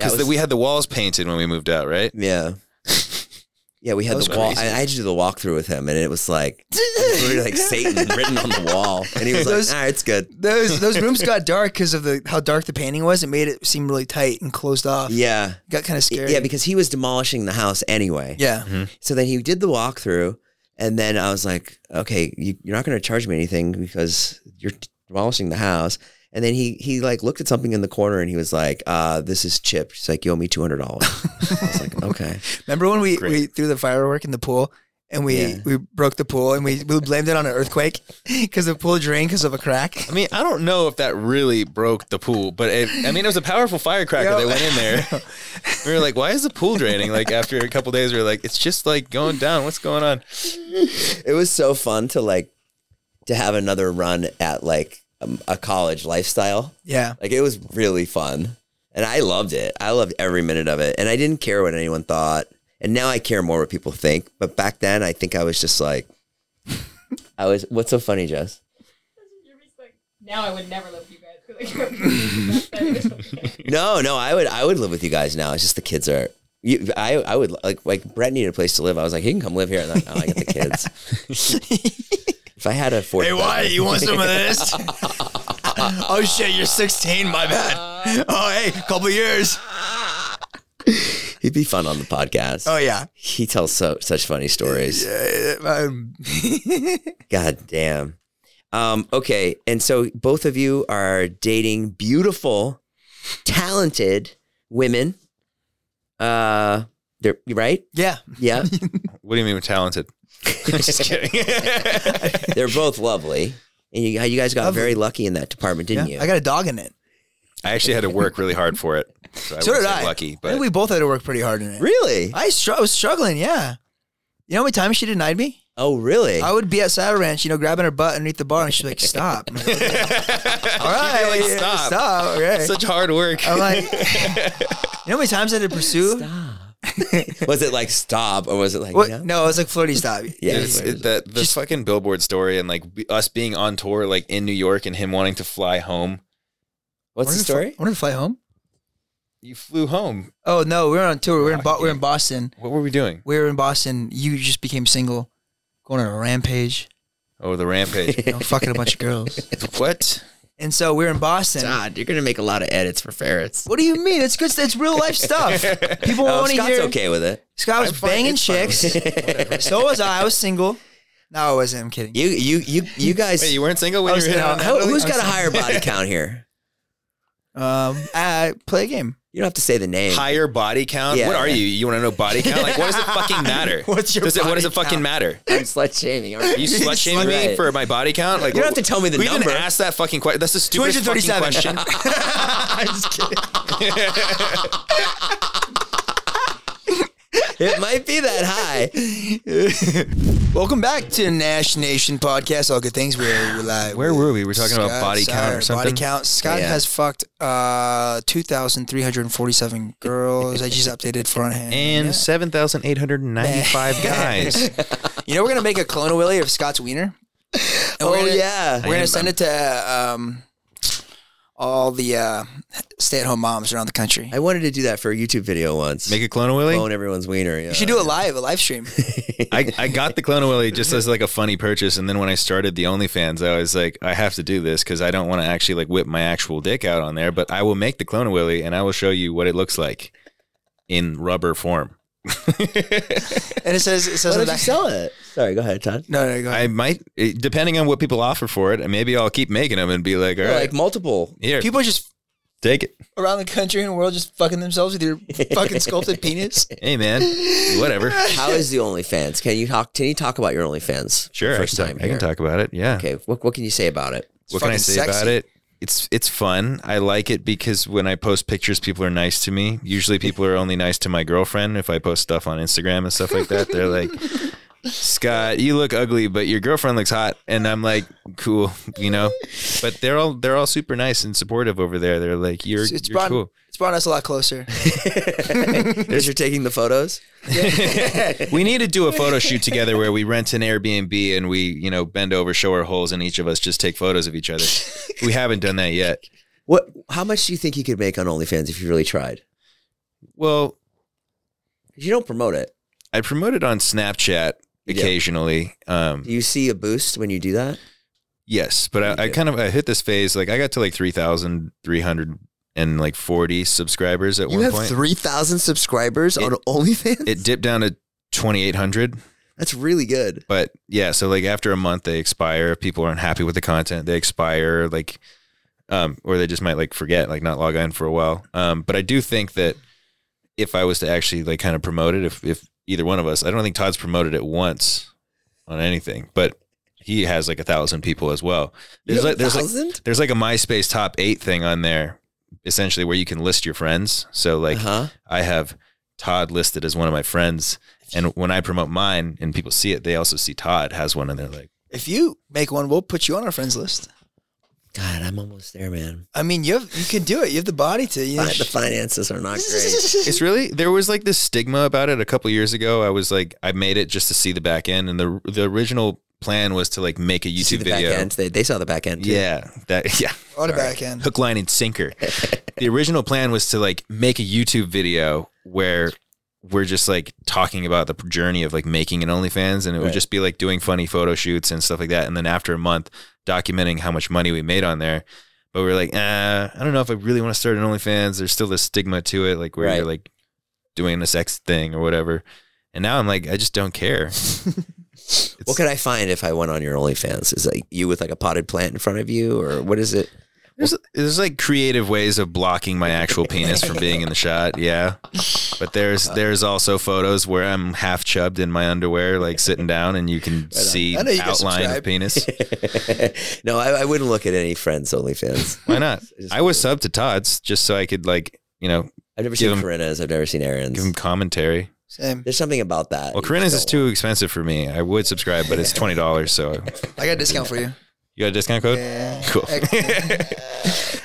Speaker 4: Because
Speaker 2: was-
Speaker 4: we had the walls painted when we moved out, right?
Speaker 2: Yeah. Yeah, we had
Speaker 4: That
Speaker 2: the
Speaker 4: was
Speaker 2: wall.
Speaker 4: crazy.
Speaker 2: I, I had to do the walkthrough with him, and it was like, it was like Satan written on the wall. And he was
Speaker 3: Those-
Speaker 2: like, all right, it's good.
Speaker 3: Those those rooms got dark because of the how dark the painting was. It made it seem really tight and closed off.
Speaker 2: Yeah.
Speaker 3: got kind of scary.
Speaker 2: Yeah, because he was demolishing the house anyway.
Speaker 3: yeah,
Speaker 2: So then he did the walkthrough, and then I was like, okay, you, you're not going to charge me anything because you're demolishing the house. And then he he like looked at something in the corner, and he was like, uh, this is chipped. He's like, you owe me two hundred
Speaker 3: <laughs>
Speaker 2: dollars. I was like, okay,
Speaker 3: remember when we, we
Speaker 4: Great.
Speaker 3: threw the firework in the pool and we
Speaker 2: Yeah.
Speaker 3: we broke the pool and we, we blamed it on an earthquake <laughs> because the pool drained because of a crack.
Speaker 4: I mean, I don't know if that really broke the pool, but it, I mean, it was a powerful firecracker
Speaker 3: Yeah.
Speaker 4: that went
Speaker 3: <laughs>
Speaker 4: in there. we were like, "Why is the pool draining?" Like after a couple days, we were like, "It's just like going down. What's going on?"
Speaker 2: it was so fun to like to have another run at like um, a college lifestyle.
Speaker 3: Yeah,
Speaker 2: Like it was really fun. And I loved it. I loved every minute of it. And I didn't care what anyone thought. And now I care more what people think. But back then I think I was just like <laughs> I was what's so funny, Jess?
Speaker 5: You're just like, now I would never live with you guys. 'cause, like, <laughs>
Speaker 2: <laughs>
Speaker 5: you're- that's okay.
Speaker 2: No, no, I would I would live with you guys now. It's just the kids are you, I I would like like Brett needed a place to live. I was like, he can come live here. And I'm like, oh, I get the kids. if I had a four,
Speaker 3: you want some of
Speaker 4: <laughs>
Speaker 3: this? <laughs> oh shit, you're 16. My bad. Oh hey, couple years.
Speaker 2: he'd be fun on the podcast.
Speaker 3: Oh yeah.
Speaker 2: He tells so such funny stories.
Speaker 3: Um,
Speaker 2: God damn. Um, okay. And so both of you are dating beautiful, talented women. Uh they're right?
Speaker 3: yeah.
Speaker 2: Yeah.
Speaker 4: What do you mean, we're talented? <laughs> just kidding.
Speaker 3: <laughs>
Speaker 2: they're both lovely. And you, you guys got
Speaker 3: Lovely.
Speaker 2: very lucky in that department,
Speaker 3: yeah.
Speaker 2: didn't you?
Speaker 3: I got a dog in it.
Speaker 4: I actually had to work really hard for it. So, I
Speaker 3: So
Speaker 4: wouldn't
Speaker 3: did
Speaker 4: say
Speaker 3: I.
Speaker 4: Lucky,
Speaker 3: I
Speaker 4: but
Speaker 3: think we both had to work pretty hard in it.
Speaker 2: really?
Speaker 3: I str- I was struggling. Yeah. You know how many times she denied me?
Speaker 2: oh, really?
Speaker 3: I would be at Saddle Ranch, you know, grabbing her butt underneath the bar, and she'd be like, "Stop!" All right,
Speaker 4: like, "Stop."
Speaker 3: stop. Okay.
Speaker 4: such hard work. <laughs>
Speaker 3: I'm like, you know how many times I had to pursue?
Speaker 2: was it like stop or was it like
Speaker 3: What?
Speaker 2: no?
Speaker 3: No, it was like flirty stop.
Speaker 2: Yeah.
Speaker 4: It's, it, the the fucking billboard story and like be- us being on tour like in New York and him wanting to fly home.
Speaker 2: What's the story?
Speaker 3: I wanted to fly home.
Speaker 4: You flew home.
Speaker 3: Oh no, we were on tour. We were in Bo- we were in Boston.
Speaker 4: What were we doing?
Speaker 3: We were in Boston. You just became single, going on a rampage,
Speaker 4: Oh,
Speaker 3: <laughs>
Speaker 4: the rampage.
Speaker 3: you know, fucking a bunch
Speaker 2: <laughs>
Speaker 3: of girls.
Speaker 4: what?
Speaker 3: And so we were in Boston.
Speaker 2: God, you're gonna make a lot of edits for Ferris.
Speaker 3: What do you mean? It's good. It's real life <laughs> stuff. People
Speaker 2: Oh,
Speaker 3: want to
Speaker 2: Scott's
Speaker 3: hear.
Speaker 2: okay with it.
Speaker 3: Scott was
Speaker 4: I'm fine,
Speaker 3: banging
Speaker 4: it's fine.
Speaker 3: <laughs> chicks. so was I. I was single. No, I wasn't. I'm kidding.
Speaker 2: You you you you guys
Speaker 4: Wait, you weren't single when
Speaker 3: I
Speaker 4: you
Speaker 3: was
Speaker 4: were hit
Speaker 3: gonna-
Speaker 4: on
Speaker 2: How-
Speaker 4: Natalie?
Speaker 2: who's got a higher body count here?
Speaker 3: Um, I play a game.
Speaker 2: You don't have to say the name.
Speaker 4: higher body count?
Speaker 2: Yeah,
Speaker 4: what are
Speaker 2: yeah.
Speaker 4: you? You want to know body count? Like, what does
Speaker 3: <laughs>
Speaker 4: it fucking matter?
Speaker 3: What's your
Speaker 4: does it, What does it
Speaker 3: body
Speaker 4: fucking
Speaker 3: count?
Speaker 4: matter?
Speaker 2: I'm slut shaming.
Speaker 3: <laughs>
Speaker 4: Are you slut shaming me for my body count? Like,
Speaker 2: You don't have to tell me the
Speaker 4: we
Speaker 2: number. <laughs>
Speaker 4: didn't ask that fucking question. That's the stupidest
Speaker 3: <laughs>
Speaker 4: fucking
Speaker 3: 237.
Speaker 4: question.
Speaker 3: I'm just kidding.
Speaker 2: <laughs> It might be that high.
Speaker 3: Welcome back to Nash Nation podcast. All good things. We're, we're live.
Speaker 4: Where were we? We were talking about body count or
Speaker 3: Sauer,
Speaker 4: something?
Speaker 3: Body count. Scott
Speaker 2: Yeah.
Speaker 3: has fucked uh, 2,347 girls. I just updated front hand.
Speaker 4: And seven thousand eight
Speaker 2: <laughs>
Speaker 4: hundred ninety-five guys.
Speaker 3: you know, we're going to make a clone of Willie of Scott's wiener. And
Speaker 2: Oh
Speaker 3: we're gonna-
Speaker 2: yeah.
Speaker 3: We're going to send it to um, all the uh, stay at home moms around the country.
Speaker 2: I wanted to do that for a YouTube video once.
Speaker 4: Make a clone of Willie.
Speaker 2: Blown everyone's wiener. Yeah.
Speaker 3: You should do a live, a live
Speaker 2: <laughs>
Speaker 3: stream.
Speaker 4: I, I got the clone of Willie just as like a funny purchase, and then when I started the OnlyFans, I was like, I have to do this because I don't want to actually like whip my actual dick out on there, but I will make the clone of Willie and I will show you what it looks like in rubber form.
Speaker 3: And it says, it says
Speaker 2: Why
Speaker 3: on
Speaker 2: don't
Speaker 3: the
Speaker 2: you
Speaker 3: back-
Speaker 2: sell it? Sorry, go ahead, Todd.
Speaker 3: No, no, go ahead.
Speaker 4: I might, it- depending on what people offer for it, maybe I'll keep making them and be like, all right,
Speaker 2: Like multiple.
Speaker 4: here,
Speaker 3: People just
Speaker 4: take it.
Speaker 3: around the country and world just fucking themselves
Speaker 2: <laughs>
Speaker 3: with your fucking sculpted penis.
Speaker 4: Hey, man, whatever.
Speaker 2: How is the OnlyFans? Can you talk? Can you talk about your OnlyFans?
Speaker 4: Sure, I
Speaker 2: First
Speaker 4: can-
Speaker 2: time
Speaker 4: I can
Speaker 2: here.
Speaker 4: talk about it. Yeah.
Speaker 2: Okay. What What can you say about
Speaker 4: <laughs>
Speaker 2: it?
Speaker 4: what can I
Speaker 3: fucking
Speaker 4: say
Speaker 3: sexy.
Speaker 4: about it? It's it's fun. I like it because when I post pictures, people are nice
Speaker 3: <laughs>
Speaker 4: to me. Usually, people are only nice to my girlfriend. If I post stuff on Instagram and stuff like that, they're like, Scott, you look ugly, but your girlfriend looks hot. And I'm like, cool, you know. But they're all they're all super nice and supportive over there. They're like, you're,
Speaker 3: It's, it's
Speaker 4: you're
Speaker 3: brought
Speaker 4: cool.
Speaker 3: it's brought us a lot closer.
Speaker 2: <laughs> Because you're taking the photos.
Speaker 4: We need to do a
Speaker 3: <laughs>
Speaker 4: photo shoot together where we rent an Airbnb and we, you know, bend over, show our holes, and each of us just take photos of each other. we haven't done that yet.
Speaker 2: What? How much do you think you could make on OnlyFans if you really tried?
Speaker 4: Well,
Speaker 2: You don't promote it.
Speaker 4: I promote it on Snapchat
Speaker 2: Yeah.
Speaker 4: occasionally. Um,
Speaker 2: Do you see a boost when you do that?
Speaker 4: Yes, but I, I
Speaker 2: Yeah.
Speaker 4: kind of I hit this phase like I got to like three thousand three hundred and like forty subscribers at
Speaker 6: You
Speaker 4: one
Speaker 6: have
Speaker 4: point.
Speaker 6: 3,000 subscribers
Speaker 4: It-
Speaker 6: on OnlyFans?
Speaker 4: it dipped down to twenty eight hundred,
Speaker 6: That's really good.
Speaker 4: but yeah, so like after a month they expire. If people aren't happy with the content, they expire. Like, um, or they just might like forget, like not log in for a while. Um, but I do think that if I was to actually like kind of promote it, if if either one of us, I don't think Todd's promoted it once on anything, but he has like a thousand people as well. There's like there's like
Speaker 2: thousand.
Speaker 4: there's like a MySpace top eight thing on there, essentially where you can list your friends. So like
Speaker 2: uh-huh.
Speaker 4: I have Todd listed as one of my friends, and when I promote mine and people see it, they also see Todd has one, and they're like,
Speaker 3: If you make one, we'll put you on our friends list.
Speaker 2: God, I'm almost there, man.
Speaker 3: I mean, you have, you can do it. You have the body to. You
Speaker 2: But the finances are
Speaker 6: <laughs>
Speaker 2: not great.
Speaker 3: <laughs>
Speaker 4: "It's really." There was like this stigma about it a couple years ago. I was like, I made it just to see the back end, and the the original plan was to like make a YouTube
Speaker 2: You see the
Speaker 4: video.
Speaker 2: back end. They, they saw the back end. Too.
Speaker 4: Yeah, that <laughs> yeah.
Speaker 3: on the
Speaker 4: Sorry.
Speaker 3: back end.
Speaker 4: hook, line, and sinker. the original plan was to like make a YouTube video where we're just like talking about the journey of like making an OnlyFans, and it would
Speaker 2: Right.
Speaker 4: just be like doing funny photo shoots and stuff like that. And then after a month, documenting how much money we made on there. But we are like, uh, I don't know if I really want to start an OnlyFans. There's still this stigma to it, like where
Speaker 2: Right.
Speaker 4: you're like doing a sex thing or whatever. And now I'm like, I just don't care.
Speaker 2: What could I find if I went on your OnlyFans? Is it like you with like a potted plant in front of you, or what is
Speaker 4: <laughs>
Speaker 2: it?
Speaker 4: There's, there's like creative ways of blocking my actual penis from being in the shot, yeah. But there's there's also photos where I'm half chubbed in my underwear, like sitting down, and you can see
Speaker 3: I know you guys
Speaker 4: outline of
Speaker 2: <laughs>
Speaker 3: subscribe.
Speaker 4: penis.
Speaker 2: no, I, I wouldn't look at any friends OnlyFans.
Speaker 4: Why not?
Speaker 2: It's
Speaker 4: I was
Speaker 2: weird.
Speaker 4: subbed to Todd's just so I could like you know
Speaker 2: I've never
Speaker 4: Give
Speaker 2: seen
Speaker 4: him-
Speaker 2: Corinna's. I've never seen
Speaker 4: give
Speaker 2: Aaron's.
Speaker 4: him commentary.
Speaker 3: Same.
Speaker 2: There's something about that.
Speaker 4: Well,
Speaker 2: You
Speaker 4: Corinna's is
Speaker 2: just don't
Speaker 4: too expensive for me. I would subscribe, but it's twenty dollars. So
Speaker 3: I got a discount for
Speaker 2: <laughs>
Speaker 3: you.
Speaker 4: you got a discount code?
Speaker 3: Yeah.
Speaker 4: Cool.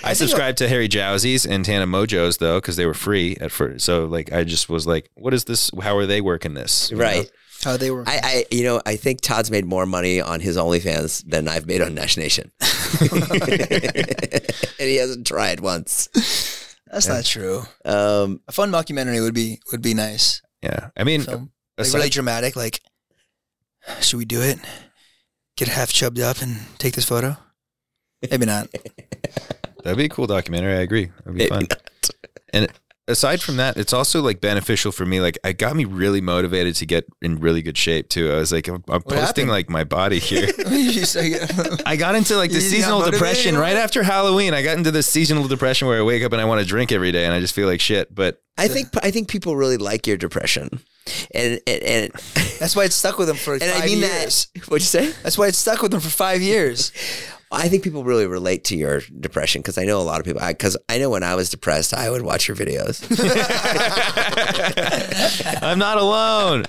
Speaker 4: I subscribed to Harry Jowsey's and Tana Mojo's though because they were free at first. So like I just was like, what is this? How are they working this? You
Speaker 2: want-
Speaker 4: know?
Speaker 2: Right.
Speaker 3: How they were.
Speaker 2: I, I, you know, I think Todd's made more money on his OnlyFans than I've made on Nash Nation,
Speaker 3: <laughs>
Speaker 2: and he hasn't tried once.
Speaker 3: That's not true.
Speaker 2: Um,
Speaker 3: A fun mockumentary would be would be nice.
Speaker 4: Yeah. I
Speaker 2: Hmm.
Speaker 4: mean,
Speaker 3: Film. Like
Speaker 4: aside-
Speaker 3: really dramatic. Like, should we do it? Get half chubbed up and take this photo?
Speaker 2: <laughs>
Speaker 3: Maybe not. <laughs>
Speaker 4: that'd be a cool documentary. I agree. That'd be fun. And aside from that, it's also like beneficial for me. Like, it got me really motivated to get in really good shape too. I was like, I'm, I'm posting
Speaker 3: happened?
Speaker 4: like my
Speaker 3: <laughs>
Speaker 4: body here.
Speaker 3: You say-
Speaker 4: I got into like the
Speaker 3: You got
Speaker 4: seasonal
Speaker 3: motivated?
Speaker 4: depression right after Halloween. I got into this seasonal depression where I wake up and I want to drink every day and I just feel like shit. But
Speaker 3: <laughs>
Speaker 2: I think I think people really like your depression, and and and,
Speaker 3: <laughs> That's why it stuck with him for
Speaker 2: and
Speaker 3: five
Speaker 2: I mean
Speaker 3: years.
Speaker 2: that. What'd you say?
Speaker 3: That's why it stuck with him for five years.
Speaker 2: I think people really relate to your depression because I know a lot of people. Because I, know when I was depressed, I would watch your videos. <laughs>
Speaker 4: I'm not
Speaker 3: <laughs>
Speaker 4: alone.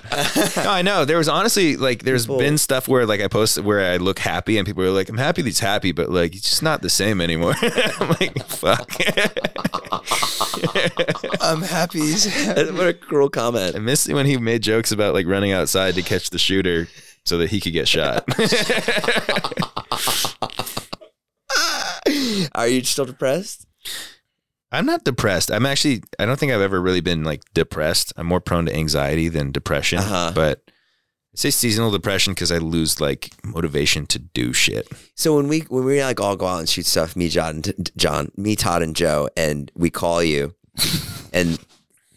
Speaker 4: No, I know. There was honestly like there's been stuff where like I post where I look happy and people are like, I'm happy that he's happy, but like it's just not the same anymore. <laughs> I'm like, fuck. <laughs>
Speaker 3: I'm
Speaker 2: <laughs>
Speaker 3: happy. he's happy.
Speaker 2: what a cruel
Speaker 4: I
Speaker 2: comment.
Speaker 4: missed when he made jokes about like running outside to catch the shooter so that he could get shot. <laughs>
Speaker 2: Are you still depressed?
Speaker 4: I'm not depressed. I'm actually I don't think I've ever really been like depressed. I'm more prone to anxiety than depression.
Speaker 2: Uh-huh.
Speaker 4: But I say seasonal depression because I lose like motivation to do shit.
Speaker 2: So when we when we like all go out and shoot stuff, me, John, and John, me, Todd, and Joe, and we call you, and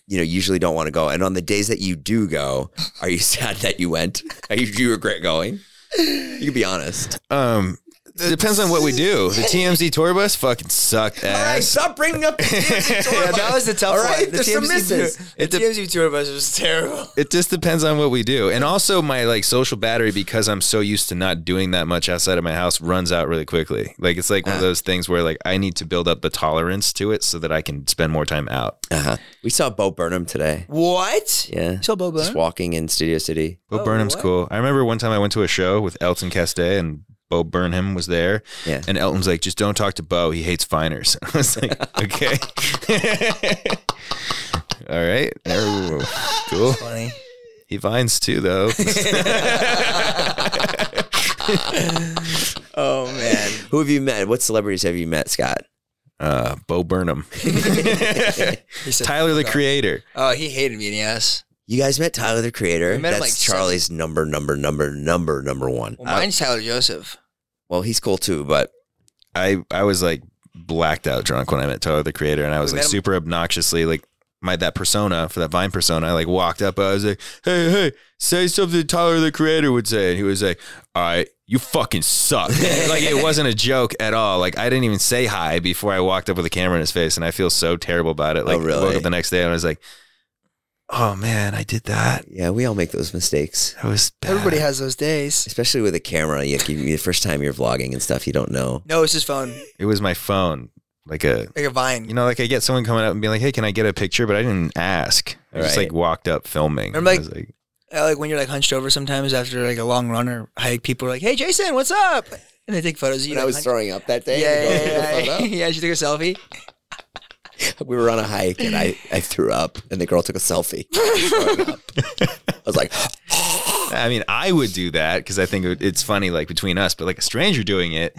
Speaker 2: you know usually don't want to go. And on the days that you do go, <laughs> are you sad that you went? Are you, do you regret going? You can be honest.
Speaker 4: Um, It depends on what we do. <laughs> The TMZ tour bus fucking sucked
Speaker 6: All right,
Speaker 4: ass.
Speaker 6: stop bringing
Speaker 2: <laughs>
Speaker 6: up the TMZ
Speaker 4: <laughs>
Speaker 6: tour
Speaker 3: Yeah,
Speaker 6: bus.
Speaker 3: that was the tough
Speaker 6: All
Speaker 3: one.
Speaker 6: right,
Speaker 3: The
Speaker 6: there's some
Speaker 3: TMZ tour-
Speaker 6: misses.
Speaker 4: It
Speaker 3: the
Speaker 4: de-
Speaker 3: TMZ tour bus was terrible.
Speaker 4: It just depends on what we do. And also my like social battery because I'm so used to not doing that much outside of my house runs out really quickly. Like it's like one of those things where like I need to build up the tolerance to it so that I can spend more time out.
Speaker 2: Uh-huh. We saw Bo Burnham today.
Speaker 3: What?
Speaker 2: Yeah.
Speaker 3: So Bo
Speaker 2: Just
Speaker 3: Burnham?
Speaker 2: walking in Studio City.
Speaker 4: Bo
Speaker 3: Oh,
Speaker 4: Burnham's
Speaker 3: what?
Speaker 4: cool. I remember one time I went to a show with Elton Castet and Bo Burnham was there.
Speaker 2: Yeah.
Speaker 4: And Elton's like, just don't talk to Bo. He hates finers. <laughs> I was like, okay. <laughs> All right. Ooh, cool.
Speaker 3: Funny.
Speaker 4: He vines too, though.
Speaker 6: Oh man,
Speaker 2: Who have you met? What celebrities have you met, Scott?
Speaker 4: Uh, Bo Burnham.
Speaker 3: He said,
Speaker 4: Tyler, the creator.
Speaker 3: Oh, he hated me in the ass.
Speaker 2: You guys met Tyler the Creator.
Speaker 3: We met
Speaker 2: That's
Speaker 3: him, like,
Speaker 2: Charlie's number, number, number, number, number one.
Speaker 3: Well,
Speaker 2: Uh,
Speaker 3: mine's Tyler Joseph.
Speaker 2: well, he's cool too, but
Speaker 4: I, I was like blacked out drunk when I met Tyler, the creator, and I was
Speaker 3: We
Speaker 4: like
Speaker 3: met him-
Speaker 4: super obnoxiously like my that persona for that Vine persona. I like walked up. I was like, hey, hey, say something Tyler, the creator would say, and he was like, all right, you fucking suck. like it wasn't a joke at all. Like I didn't even say hi before I walked up with a camera in his face, and I feel so terrible about it. Like I woke
Speaker 2: really?
Speaker 4: up the next day and I was like, oh man, I did that.
Speaker 2: yeah, we all make those mistakes,
Speaker 4: That was bad.
Speaker 2: uh,
Speaker 3: Everybody has those days.
Speaker 2: especially with a camera. You, you, the first time you're vlogging and stuff, you don't know.
Speaker 3: No, it's his phone,
Speaker 4: It was my phone, like a
Speaker 3: like a vine.
Speaker 4: you know, like I get someone coming up and being like, "Hey, can I get a picture?" But I didn't ask. I just
Speaker 2: Right.
Speaker 4: like walked up filming.
Speaker 3: Remember, like-
Speaker 4: I was like,
Speaker 3: Uh, like when you're like hunched over sometimes after like a long run or hike, people are like, "Hey, Jason, what's up?" And they take photos of you.
Speaker 2: When I
Speaker 3: like,
Speaker 2: was
Speaker 3: hunched-
Speaker 2: throwing up that day,
Speaker 3: yeah,
Speaker 2: and the girl took
Speaker 3: yeah,
Speaker 2: a
Speaker 3: yeah,
Speaker 2: photo.
Speaker 3: yeah. She took a selfie.
Speaker 2: we were on a hike and I, I threw up, and the girl took a selfie. <laughs> Throwing up. I was like, <gasps>
Speaker 4: I mean, I would do that because I think it- it's funny, like between us. But like a stranger doing it,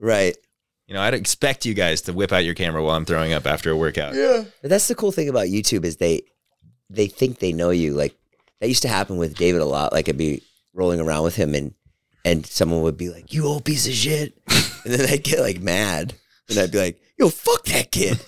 Speaker 2: right.
Speaker 4: you know, I'd expect you guys to whip out your camera while I'm throwing up after a workout.
Speaker 2: But that's the cool thing about YouTube is they they think they know you. Like that used to happen with David a lot. Like I'd be rolling around with him and and someone would be like, You old piece of shit <laughs> and then I'd get like mad. And I'd be like, yo, fuck that
Speaker 4: <laughs>
Speaker 2: kid.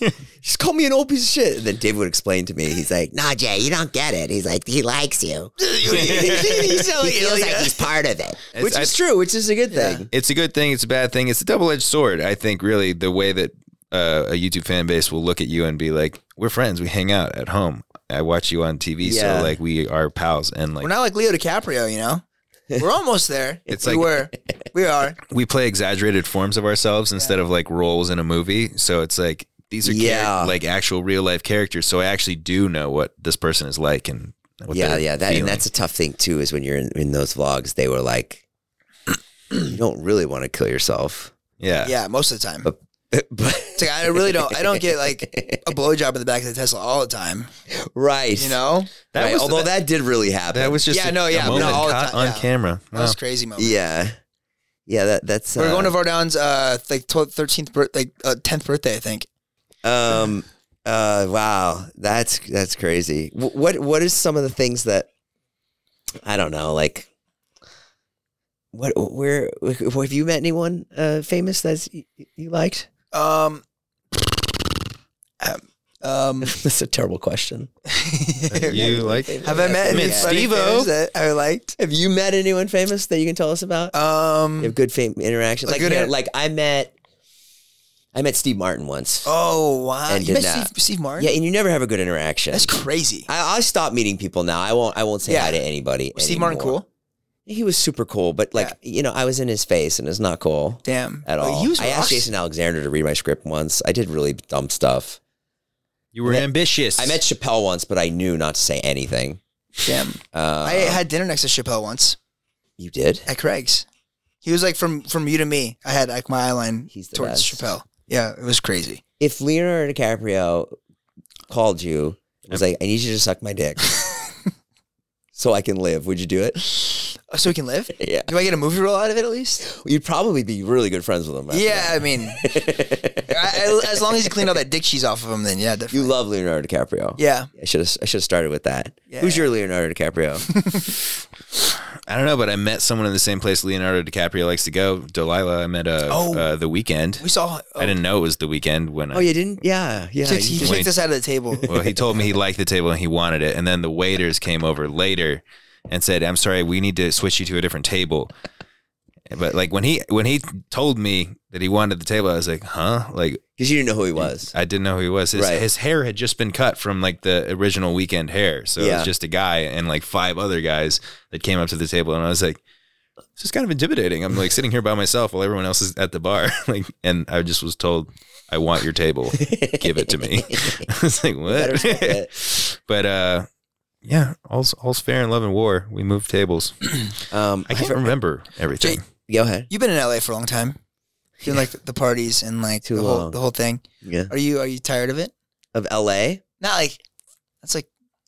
Speaker 2: Just call me an old piece of shit. And then David would explain to me. He's like, nah, Jay, you don't get it. He's like, he likes
Speaker 4: <laughs>
Speaker 2: you. he feels like he's part of it.
Speaker 4: It's-
Speaker 2: which
Speaker 4: I-
Speaker 2: is true, which is a good thing.
Speaker 4: It's a good thing. It's a bad thing. It's a double edged sword. I think really the way that uh, a YouTube fan base will look at you and be like, "We're friends. We hang out at home. I watch you on TV,
Speaker 2: Yeah.
Speaker 4: so like we are pals." And like
Speaker 3: We're not like Leo DiCaprio, you
Speaker 4: <laughs>
Speaker 3: know. We're almost there.
Speaker 4: It's
Speaker 3: we
Speaker 4: like-
Speaker 3: were. We
Speaker 4: <laughs>
Speaker 3: are.
Speaker 4: we play exaggerated forms of ourselves instead of like roles in a movie. So it's like these are charac-
Speaker 2: Yeah.
Speaker 4: like actual real life characters. So I actually do know what this person is like and what
Speaker 2: yeah,
Speaker 4: they're
Speaker 2: yeah, that
Speaker 4: feeling.
Speaker 2: and that's a tough thing too. Is when you're in, in those vlogs, they were like, <clears throat> "You don't really want to kill yourself,"
Speaker 4: yeah.
Speaker 3: Yeah, most of the time.
Speaker 2: but
Speaker 3: <laughs>
Speaker 2: but
Speaker 3: It's like I really don't. I don't get like a blowjob in the back of the Tesla all the time.
Speaker 2: right,
Speaker 3: You know,
Speaker 4: That
Speaker 2: Right,
Speaker 4: was-
Speaker 2: although that, did really happen.
Speaker 4: That was just
Speaker 3: Yeah,
Speaker 4: a,
Speaker 3: no, yeah,
Speaker 4: a moment
Speaker 3: no, all the
Speaker 4: caught
Speaker 3: time,
Speaker 4: on
Speaker 3: yeah.
Speaker 4: camera.
Speaker 3: that
Speaker 4: Wow.
Speaker 3: was a crazy moment.
Speaker 2: yeah, yeah. That that's
Speaker 3: We We're
Speaker 2: uh,
Speaker 3: going to Vardan's uh like 12th, 13th birth, like uh, 10th birthday, I think.
Speaker 2: um uh wow that's that's crazy. Wh- What what is some of the things that I don't know like. What where have you met anyone uh, famous that's you, you liked? <laughs>
Speaker 3: Um
Speaker 4: <laughs>
Speaker 3: um
Speaker 2: that's a terrible question.
Speaker 4: You
Speaker 3: <laughs>
Speaker 4: like
Speaker 3: have I met any
Speaker 4: Met
Speaker 3: Steve
Speaker 4: Steve-O?
Speaker 3: that I liked?
Speaker 2: Have you met anyone famous that you can tell us about?
Speaker 3: Um
Speaker 2: You have good fame interaction.
Speaker 3: A
Speaker 2: Like,
Speaker 3: good
Speaker 2: you know,
Speaker 3: inter-
Speaker 2: like I met, I met Steve Martin once.
Speaker 3: Oh wow.
Speaker 2: And
Speaker 3: you met
Speaker 2: did not.
Speaker 3: Steve, Steve Martin?
Speaker 2: yeah, and you never have a good interaction.
Speaker 3: That's crazy.
Speaker 2: I, I stopped meeting people now. I won't. I won't say
Speaker 3: Yeah.
Speaker 2: hi to anybody.
Speaker 3: Was Steve Martin
Speaker 2: anymore.
Speaker 3: cool?
Speaker 2: He was super cool, but like you know, I was in his face, and it's not cool
Speaker 3: Damn.
Speaker 2: at
Speaker 3: Like,
Speaker 2: all.
Speaker 3: He was
Speaker 2: I asked
Speaker 3: rocks-
Speaker 2: Jason Alexander to read my script once. I did really dumb stuff.
Speaker 4: you were
Speaker 2: I met-
Speaker 4: ambitious.
Speaker 2: I met Chappelle once, but I knew not to say anything.
Speaker 3: Damn.
Speaker 2: Uh,
Speaker 3: I had dinner next to Chappelle once
Speaker 2: you did.
Speaker 3: at Craig's. He was like from from you to me. I had like my eyeline
Speaker 2: He's the
Speaker 3: towards
Speaker 2: best.
Speaker 3: Chappelle. Yeah, it was crazy.
Speaker 2: If Leonardo DiCaprio called you, and was like, "I need you to suck my
Speaker 3: <laughs>
Speaker 2: dick." So I can live. Would you do it?
Speaker 3: Oh, So we can live?
Speaker 2: <laughs> Yeah.
Speaker 3: Do I get a movie role out of it at least?
Speaker 2: You'd probably be really good friends with him. after
Speaker 3: Yeah, I
Speaker 2: <laughs>
Speaker 3: mean, I, I- as long as you clean all that dick cheese off of him, then yeah,
Speaker 2: You
Speaker 3: definitely.
Speaker 2: love Leonardo DiCaprio.
Speaker 3: yeah,
Speaker 2: I should have I should have started with that.
Speaker 3: Yeah.
Speaker 2: Who's your Leonardo DiCaprio?
Speaker 4: I don't know, but I met someone in the same place Leonardo DiCaprio likes to go. Delilah. I met uh,
Speaker 3: Oh.
Speaker 4: uh the weekend.
Speaker 3: we saw. Oh,
Speaker 4: I didn't know it was the weekend
Speaker 2: <laughs>
Speaker 4: when
Speaker 2: oh,
Speaker 4: I
Speaker 2: you didn't? Yeah, yeah.
Speaker 3: He,
Speaker 2: you
Speaker 3: he
Speaker 2: did.
Speaker 3: kicked us out of the
Speaker 4: <laughs>
Speaker 3: table.
Speaker 4: Well, he told me he liked the table and he wanted it. And then the waiters came over later and said, I'm sorry, we need to switch you to a different table. But like when he when he told me that he wanted the table, I was like, huh? Like
Speaker 2: because you didn't know who he was.
Speaker 4: I didn't know who he was. His,
Speaker 2: Right.
Speaker 4: his hair had just been cut from like the original weekend hair, so it
Speaker 2: Yeah.
Speaker 4: was just a guy and like five other guys that came up to the table, and I was like, this is kind of intimidating. I'm like sitting here by myself while everyone else is at the bar, <laughs> like, and I just was told, I want your table, give it to me. <laughs> I was like,
Speaker 2: Better
Speaker 4: what?
Speaker 2: respect that.
Speaker 4: <laughs> but uh, yeah, all's all's fair in love and war. We moved tables.
Speaker 2: <laughs> Um, <laughs>
Speaker 4: I can't remember everything.
Speaker 2: go ahead.
Speaker 3: You've been in LA for a long time. Doing like the parties and like
Speaker 2: Too
Speaker 3: the whole
Speaker 2: long.
Speaker 3: the whole thing.
Speaker 2: Yeah,
Speaker 3: Are you are you tired of it?
Speaker 2: of L.A.
Speaker 3: Not like that's like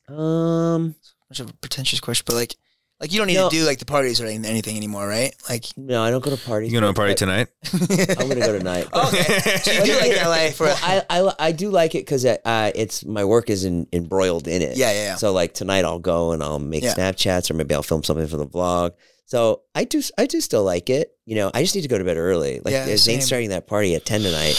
Speaker 2: Um,
Speaker 3: much of a pretentious question, but like like you don't need
Speaker 2: No.
Speaker 3: to do like the parties or any- anything anymore, right? Like
Speaker 2: no, I don't go to
Speaker 4: You
Speaker 2: parties.
Speaker 4: going to a party
Speaker 2: but
Speaker 4: tonight?
Speaker 2: <laughs>
Speaker 4: Oh,
Speaker 2: I'm gonna
Speaker 3: <laughs>
Speaker 2: go
Speaker 4: <laughs>
Speaker 2: tonight.
Speaker 3: Oh, Okay. So you do like LA for
Speaker 2: well, I, I I do like it because uh, it's my work is in, embroiled in it.
Speaker 3: Yeah, yeah, yeah.
Speaker 2: So like tonight I'll go and I'll make
Speaker 3: Yeah.
Speaker 2: Snapchats or maybe I'll film something for the vlog. So I do I do still like it. You know, I just need to go to bed early. Like
Speaker 3: Yeah,
Speaker 2: Zane's
Speaker 3: same.
Speaker 2: starting that party at ten tonight.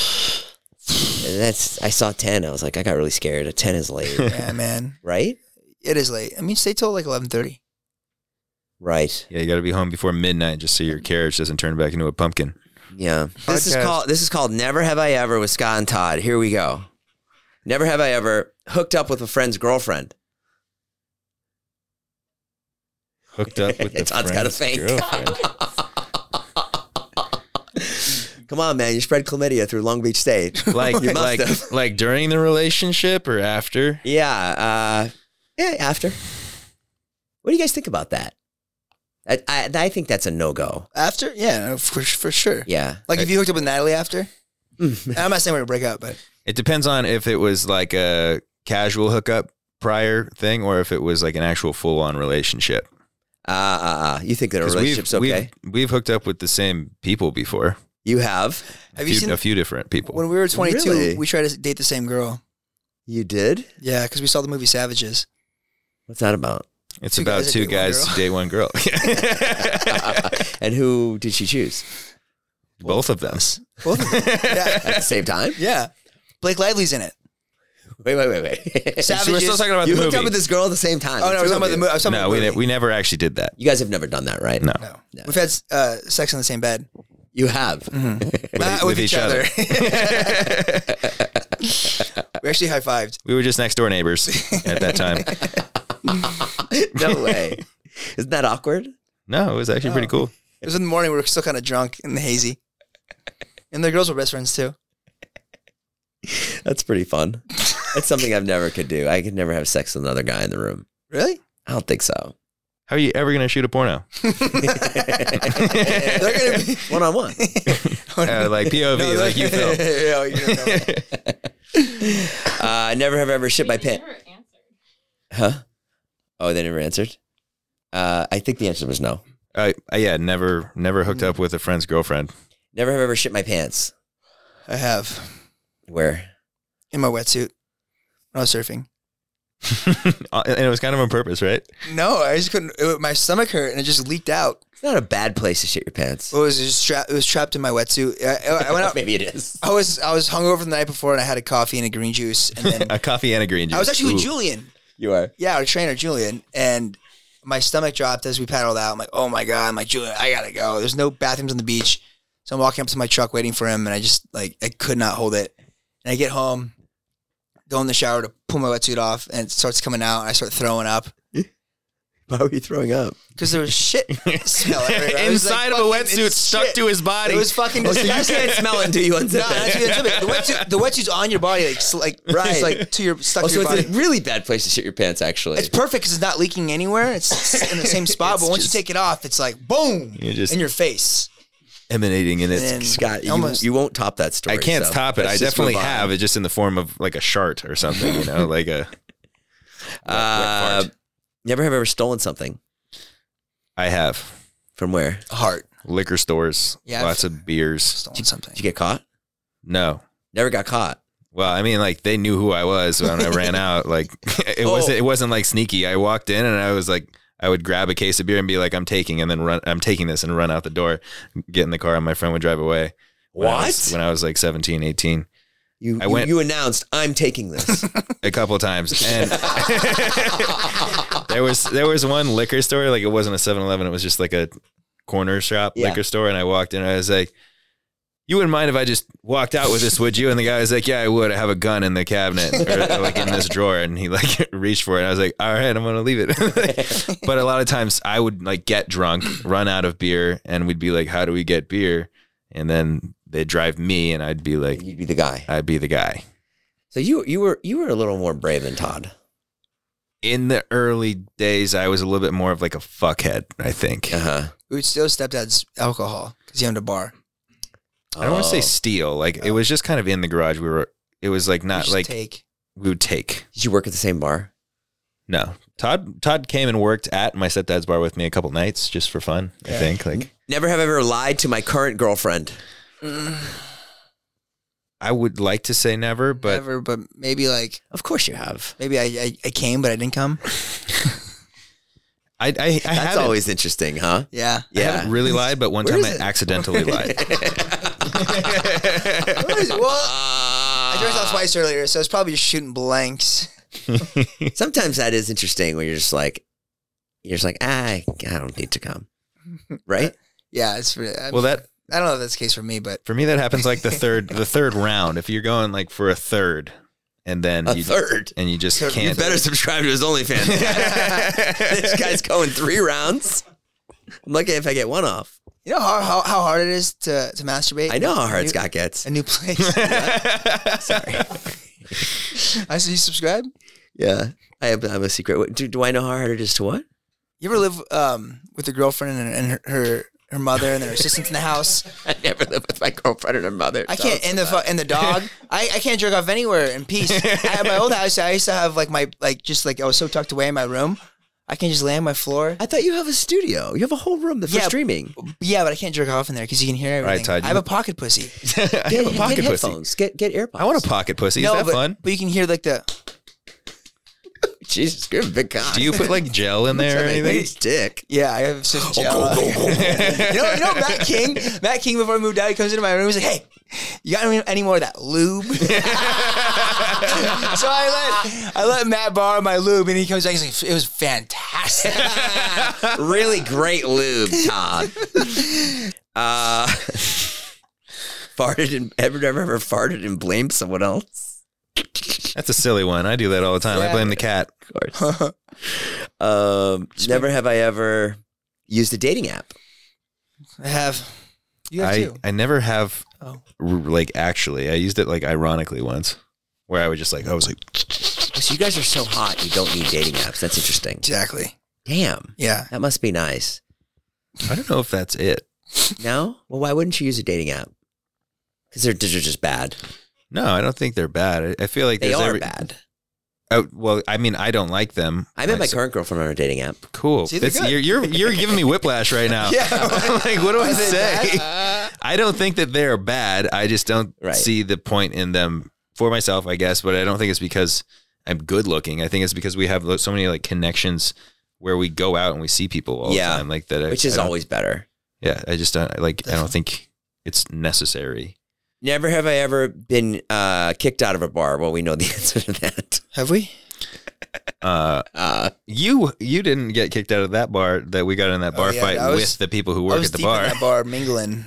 Speaker 2: And that's I saw ten. I was like, I got really scared. At ten is <laughs> late,
Speaker 3: Yeah, man.
Speaker 2: right?
Speaker 3: It is late. I mean, stay till like eleven thirty.
Speaker 2: Right.
Speaker 4: Yeah, you got to be home before midnight just so your carriage doesn't turn back into a pumpkin.
Speaker 2: Yeah. This is
Speaker 4: Podcast.
Speaker 2: called this is called Never Have I Ever with Scott and Todd. Here we go. Never have I ever hooked up with a friend's girlfriend.
Speaker 4: Hooked
Speaker 2: <laughs>
Speaker 4: up with the
Speaker 2: Todd's got a
Speaker 4: friend's
Speaker 2: fake.
Speaker 4: girlfriend.
Speaker 2: Come on, man. You spread chlamydia through Long Beach State.
Speaker 4: like
Speaker 2: <laughs> <laughs> You must
Speaker 4: like
Speaker 2: have.
Speaker 4: like during the relationship or after?
Speaker 2: yeah. Uh, yeah, after. What do you guys think about that? I, I, I think that's a no go.
Speaker 3: After? Yeah, no, for for sure.
Speaker 2: Yeah. Mm.
Speaker 3: Like if you hooked up with Natalie after. And I'm not saying we're gonna break up, but
Speaker 4: It depends on if it was like a casual hookup prior thing or if it was like an actual full on relationship.
Speaker 2: Uh, uh, uh, you think that a
Speaker 4: 'Cause
Speaker 2: relationship's okay?
Speaker 4: We've, we've hooked up with the same people before.
Speaker 2: you have.
Speaker 3: have
Speaker 4: a,
Speaker 3: you
Speaker 4: few,
Speaker 3: seen
Speaker 4: a few different people.
Speaker 3: when we were 22?
Speaker 2: Really?
Speaker 3: We tried to date the same girl.
Speaker 2: You did?
Speaker 3: Yeah, because we saw the movie Savages.
Speaker 2: What's that about?
Speaker 4: it's
Speaker 3: two
Speaker 4: about
Speaker 3: guys that
Speaker 4: two
Speaker 3: date one
Speaker 4: guys
Speaker 3: girl.
Speaker 4: to date one
Speaker 3: <laughs>
Speaker 4: girl.
Speaker 2: and who did she choose?
Speaker 4: Both of them.
Speaker 3: Both of them. yeah,
Speaker 2: At the same
Speaker 4: <laughs>
Speaker 2: time?
Speaker 3: yeah. Blake Lively's in it.
Speaker 2: Wait, wait, wait, wait. <laughs>
Speaker 3: Savages.
Speaker 4: we're still talking about
Speaker 2: you
Speaker 4: the
Speaker 2: hooked
Speaker 4: movie.
Speaker 2: up with this girl at the same time.
Speaker 3: Oh no, I was talking about the movie. I was talking
Speaker 4: no,
Speaker 3: about
Speaker 4: we,
Speaker 3: the
Speaker 4: ne-
Speaker 3: movie.
Speaker 4: we never actually did that.
Speaker 2: You guys have never done that, right?
Speaker 4: No.
Speaker 3: no. We've had uh, sex in the same bed.
Speaker 2: You have. <laughs>
Speaker 3: Not
Speaker 4: with each <laughs> other.
Speaker 3: <laughs> we actually high fived.
Speaker 4: We were just next door neighbors at
Speaker 3: <laughs>
Speaker 4: that time.
Speaker 2: no
Speaker 4: <laughs>
Speaker 2: way. Isn't that awkward?
Speaker 4: No, it was actually
Speaker 3: Oh.
Speaker 4: pretty cool.
Speaker 3: It was in the morning. We were still kind of drunk and hazy. And the girls were best friends too.
Speaker 2: That's pretty fun. That's something I've never could do. I could never have sex with another guy in the room.
Speaker 3: Really?
Speaker 2: I don't think so.
Speaker 4: How are you ever gonna shoot a porno?
Speaker 3: <laughs> They're gonna <laughs> be
Speaker 2: One on one.
Speaker 4: <laughs> Uh, like POV,
Speaker 3: No,
Speaker 4: like you
Speaker 3: they're-
Speaker 4: film.
Speaker 3: <laughs> Yeah, you don't
Speaker 4: <laughs>
Speaker 3: know.
Speaker 2: Uh, I never have ever shit my
Speaker 5: They
Speaker 2: pants.
Speaker 5: never answered. <laughs>
Speaker 2: Huh? Oh, they never answered. Uh, I think the answer was no.
Speaker 4: Uh, yeah, never, never hooked up with a friend's girlfriend. <laughs>
Speaker 2: Never have ever shit my pants.
Speaker 3: I have
Speaker 2: Where?
Speaker 3: in my wetsuit when I was surfing.
Speaker 4: Uh, and it was kind of on purpose, right?
Speaker 3: No, I just couldn't. It, my stomach hurt and it just leaked out.
Speaker 2: It's not a bad place to shit your pants.
Speaker 3: It was just tra- it was trapped in my wetsuit. I, I went
Speaker 4: <laughs>
Speaker 3: out.
Speaker 2: <laughs> Maybe it is.
Speaker 3: I was I was hungover from the night before and I had a coffee and a green juice and
Speaker 4: <laughs>
Speaker 3: then
Speaker 4: A coffee and a green juice.
Speaker 3: I was actually with
Speaker 4: Ooh.
Speaker 3: Julian.
Speaker 2: You are.
Speaker 3: Yeah, our trainer Julian and my stomach dropped as we paddled out. I'm like, oh my god, I'm like Julian, I gotta go. There's no bathrooms on the beach, so I'm walking up to my truck waiting for him, and I just like I could not hold it. And I get home, go in the shower to pull my wetsuit off, and it starts coming out, and I start throwing up
Speaker 2: Why were you throwing up?
Speaker 3: because there was shit
Speaker 2: <laughs>
Speaker 3: smell everywhere. It was, like,
Speaker 4: Inside of a
Speaker 3: fucking-
Speaker 4: wetsuit
Speaker 3: it's
Speaker 4: stuck
Speaker 3: shit.
Speaker 4: to his body.
Speaker 3: It was fucking
Speaker 2: Oh, So you
Speaker 3: disgusting.
Speaker 2: can't smell it
Speaker 3: <laughs>
Speaker 2: until you unzip
Speaker 3: No,
Speaker 2: it.
Speaker 3: that's what I'm saying. the, wetsuit, the wetsuit's on your body, like s-
Speaker 2: <laughs>
Speaker 3: like right, it's like to your stuck
Speaker 2: Oh,
Speaker 3: to
Speaker 2: so
Speaker 3: your body.
Speaker 2: it's a really bad place to shit your pants, actually.
Speaker 3: It's perfect because it's not leaking anywhere. It's in the same spot, but once you take it off, it's like boom
Speaker 4: You're just-
Speaker 3: in your face.
Speaker 4: emanating in it.
Speaker 2: <laughs>
Speaker 3: And
Speaker 2: Scott, you,
Speaker 3: almost-
Speaker 2: you won't top that story.
Speaker 4: I can't
Speaker 2: so
Speaker 4: stop it.
Speaker 2: let's
Speaker 4: I
Speaker 2: just
Speaker 4: definitely
Speaker 2: move on.
Speaker 4: have it, just in the form of like a shart or something, you know, like a.
Speaker 2: Uh,
Speaker 4: fart.
Speaker 2: never have ever stolen something.
Speaker 4: I have
Speaker 2: From where?
Speaker 3: heart
Speaker 4: liquor stores,
Speaker 3: Yeah, I've-
Speaker 4: lots of beers.
Speaker 3: stolen something.
Speaker 2: Did you get caught?
Speaker 4: No,
Speaker 2: Never got caught.
Speaker 4: Well, I mean, like they knew who I was when I ran out. Like <laughs> it wasn't it wasn't like sneaky. I walked in and I was like, I would grab a case of beer and be like, I'm taking, and then run. I'm taking this and run out the door, get in the car, and my friend would drive away. When I was-
Speaker 2: What?
Speaker 4: when I was like 17, 18,
Speaker 2: You,
Speaker 4: I
Speaker 2: you,
Speaker 4: went-
Speaker 2: you announced, I'm taking
Speaker 4: <laughs>
Speaker 2: this.
Speaker 4: a couple of times, and <laughs> there was there was one liquor store. Like it wasn't a 7-Eleven. It was just like a corner shop
Speaker 2: Yeah.
Speaker 4: liquor store, and I walked in. I was like, "You wouldn't mind if I just walked out with this, would you?" And the guy was like, "Yeah, I would. I have a gun in the cabinet, or uh, like in this drawer." And he like <laughs> reached for it. And I was like, "All right, I'm gonna leave it." <laughs> but a lot of times, I would like get drunk, run out of beer, and we'd be like, "How do we get beer?" And then they'd drive me, and I'd be like,
Speaker 2: You'd be the guy.
Speaker 4: "I'd be the guy."
Speaker 2: So you you were you were a little more brave than Todd.
Speaker 4: in the early days, I was a little bit more of like a fuckhead. I think
Speaker 2: Uh huh.
Speaker 3: We would steal stepdad's alcohol because he owned a bar.
Speaker 4: I don't want to
Speaker 2: Oh.
Speaker 4: say steal. Like it was just kind of in the garage. We were. It was like
Speaker 3: We
Speaker 4: not
Speaker 3: just
Speaker 4: like
Speaker 3: take.
Speaker 4: we would take.
Speaker 2: Did you work at the same bar?
Speaker 4: No, Todd. Todd came and worked at my stepdad's bar with me a couple nights just for fun. I think like
Speaker 2: Never have I ever lied to my current girlfriend.
Speaker 4: I would like to say never, but
Speaker 3: Never, but maybe like
Speaker 2: Of course you have.
Speaker 3: maybe I, I, I came but I didn't come.
Speaker 4: I I, I
Speaker 2: That's
Speaker 4: haven't,
Speaker 2: always interesting, huh? <laughs>
Speaker 3: Yeah.
Speaker 4: I haven't really lied. But one
Speaker 2: Where
Speaker 4: time
Speaker 2: is
Speaker 4: I
Speaker 2: it? <laughs>
Speaker 4: accidentally lied.
Speaker 3: What is- well, I drank that
Speaker 2: Ah.
Speaker 3: twice earlier, so it's probably just shooting blanks.
Speaker 2: <laughs> Sometimes that is interesting when you're just like, you're just like, ah, I don't need to <laughs> come, right?
Speaker 3: Yeah, it's really, I,
Speaker 4: Well, that
Speaker 3: I don't know if that's the case for me, but
Speaker 4: for me that happens like the third the third round. If you're going like for a third, and then
Speaker 2: A
Speaker 4: you,
Speaker 2: third?
Speaker 4: and you just
Speaker 3: You
Speaker 4: can't.
Speaker 2: Better subscribe to his <laughs> OnlyFans. this guy's going three rounds. I'm lucky if I get one off.
Speaker 3: you know how, how, how hard it is to, to masturbate.
Speaker 2: I know how hard
Speaker 3: new,
Speaker 2: Scott gets.
Speaker 3: A new
Speaker 2: <laughs>
Speaker 3: place. <laughs> Sorry. I said you subscribe.
Speaker 2: Yeah, I have, I have a secret. What- Do, do I know how hard it is to what?
Speaker 3: You ever live um, with a girlfriend and, and her, her her mother and then her assistants in the
Speaker 4: <laughs>
Speaker 3: house?
Speaker 2: I never live with my girlfriend and her mother.
Speaker 3: I can't and the fu- and the
Speaker 4: <laughs>
Speaker 3: dog. I, I can't jerk off anywhere in peace. At my old house, I used to have like my like just like I was so tucked away in my room. I can just lay on my floor.
Speaker 2: I thought you have a studio. You have a whole room that for
Speaker 3: Yeah.
Speaker 2: streaming.
Speaker 3: Yeah, but I can't jerk off in there because you can hear everything.
Speaker 4: Todd, you-
Speaker 3: I have a pocket pussy.
Speaker 4: <laughs> I have a pocket
Speaker 2: get
Speaker 4: pussy.
Speaker 2: headphones. Get get AirPods.
Speaker 4: I want a pocket pussy. Is that
Speaker 3: but,
Speaker 4: fun?
Speaker 3: But you can hear like the
Speaker 2: Jesus, you're a big guy.
Speaker 4: Do <laughs> you put like gel in there or anything?
Speaker 2: It's dick.
Speaker 3: yeah. I have
Speaker 4: Oh,
Speaker 3: some jello. <laughs> you know, you know Matt King. Matt King before he moved out, he comes into my room. He's like, "Hey, you got any- any more of that
Speaker 4: <laughs>
Speaker 3: lube?" so I let I let Matt borrow my lube, and he comes back. He's like, "It was
Speaker 4: <laughs>
Speaker 3: fantastic."
Speaker 2: really great lube, Todd. uh, <laughs> farted and ever ever ever farted and blamed someone else.
Speaker 4: <laughs> That's a silly one. I do that all the time. I blame the cat.
Speaker 2: Of course. um, never have I ever used a dating app.
Speaker 3: I have. You have
Speaker 4: I,
Speaker 3: too.
Speaker 4: I never have
Speaker 3: Oh.
Speaker 4: r- like actually. I used it like ironically once, where I was just like I was like
Speaker 2: So you guys are so hot, you don't need dating apps. That's interesting.
Speaker 3: Exactly.
Speaker 2: Damn,
Speaker 3: Yeah.
Speaker 2: that must be nice.
Speaker 4: I don't know if that's it.
Speaker 2: No, well, why wouldn't you use a dating app? Because they're, they're just bad.
Speaker 4: No, I don't think they're bad. I, I feel like
Speaker 2: They
Speaker 4: there's
Speaker 2: are
Speaker 4: every-
Speaker 2: bad.
Speaker 4: I- well, I mean, I don't like them.
Speaker 2: I met my
Speaker 4: so-
Speaker 2: current girlfriend on a dating app.
Speaker 4: Cool.
Speaker 3: See, they're
Speaker 4: That's-
Speaker 3: good.
Speaker 4: you're, you're you're giving me whiplash right now. <laughs>
Speaker 3: Yeah.
Speaker 4: like what do I
Speaker 3: Is it
Speaker 4: say? <laughs> I don't think that they're bad. I just don't
Speaker 2: Right.
Speaker 4: see the point in them for myself, I guess. But I don't think it's because I'm good looking. I think it's because we have lo- so many like connections where we go out and we see people all
Speaker 2: Yeah.
Speaker 4: the time, like that. I-
Speaker 2: which
Speaker 4: I
Speaker 2: is
Speaker 4: don't-
Speaker 2: always better.
Speaker 4: yeah. I just don't like. I don't think it's necessary.
Speaker 2: Never have I ever been uh, kicked out of a bar. Well, we know the <laughs> answer to that.
Speaker 3: Have we?
Speaker 4: Uh,
Speaker 2: Uh,
Speaker 4: you you didn't get kicked out of that bar that we got in that
Speaker 3: Oh,
Speaker 4: bar
Speaker 3: yeah,
Speaker 4: fight
Speaker 3: I was-
Speaker 4: with the people who
Speaker 3: I
Speaker 4: work
Speaker 3: was
Speaker 4: at the
Speaker 3: deep
Speaker 4: bar.
Speaker 3: in that bar
Speaker 4: <laughs>
Speaker 3: mingling.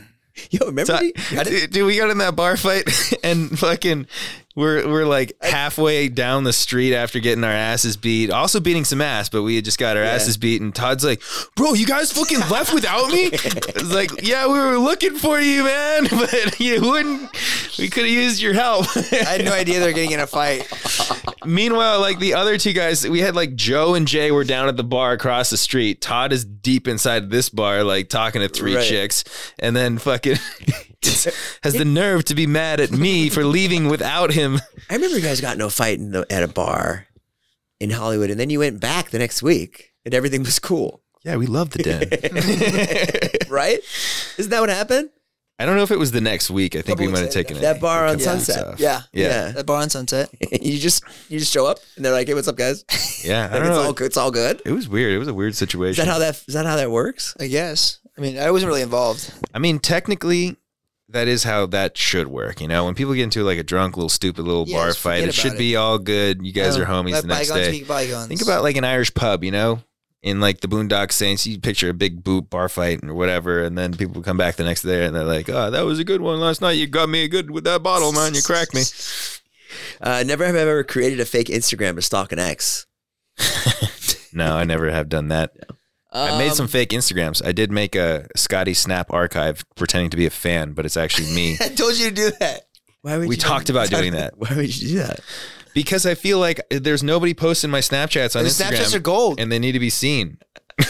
Speaker 2: yo, remember?
Speaker 4: So,
Speaker 2: the-
Speaker 4: dude, dude, we got in that bar fight <laughs> and fucking we're we're like halfway down the street after getting our asses beat. Also beating some ass, but we had just got our asses beat and Todd's like, Bro, you guys fucking left without me? It's like, yeah, we were looking for you, man, <laughs> but you wouldn't we could have used your help.
Speaker 3: I had no idea they were getting in a fight.
Speaker 4: Meanwhile, like the other two guys, we had like Joe and Jay were down at the bar across the street. Todd is deep inside this bar, like talking to three
Speaker 2: Right.
Speaker 4: chicks, and then fucking <laughs> has the nerve to be mad at me for leaving without him.
Speaker 2: I remember you guys got no fight in the, at a bar in Hollywood, and then you went back the next week, and everything was cool, <laughs>
Speaker 4: Yeah, we love the den.
Speaker 2: right? Isn't that what happened?
Speaker 4: <laughs>
Speaker 2: <laughs>
Speaker 4: I don't know if it was the next week. I think we
Speaker 3: Couple
Speaker 4: might have
Speaker 3: weeks
Speaker 4: taken it.
Speaker 2: That bar on
Speaker 4: Yeah.
Speaker 2: Sunset.
Speaker 3: Yeah.
Speaker 4: Yeah.
Speaker 3: That bar on Sunset.
Speaker 2: you just you just show up, and they're like, "Hey, what's up, guys?"
Speaker 4: Yeah, I
Speaker 2: Like,
Speaker 4: don't
Speaker 2: it's
Speaker 4: know.
Speaker 2: all good. It's all good.
Speaker 4: It was weird. It was a weird situation.
Speaker 2: Is that how that is that how that works?
Speaker 3: I guess. I mean, I wasn't really involved.
Speaker 4: I mean, technically, that is how that should work. You know, when people get into like a drunk, little stupid, little
Speaker 3: Yeah,
Speaker 4: bar
Speaker 3: just
Speaker 4: fight,
Speaker 3: forget
Speaker 4: it should
Speaker 3: about it.
Speaker 4: be all good. You guys
Speaker 3: Um,
Speaker 4: are homies
Speaker 3: let
Speaker 4: the next
Speaker 3: bygones
Speaker 4: day.
Speaker 3: be bygones.
Speaker 4: Think about like an Irish pub, you know, in like the Boondock Saints, you picture a big boot bar fight and whatever, and then people come back the next day and they're like, "Oh, that was a good one last night. You got me good with that bottle, man. You cracked me."
Speaker 2: Uh, never have I ever created a fake Instagram to stalk an ex.
Speaker 4: No, I never have done that. I made some fake Instagrams. I did make a Scotty Snap archive pretending to be a fan, but it's actually me.
Speaker 3: <laughs> I told you to do that.
Speaker 2: Why would
Speaker 4: we
Speaker 2: you-
Speaker 4: talked about doing that
Speaker 2: Why would you do that?
Speaker 4: because I feel like there's nobody posting my Snapchats on
Speaker 3: The
Speaker 4: Instagram.
Speaker 3: Snapchats are gold.
Speaker 4: and they need to be seen.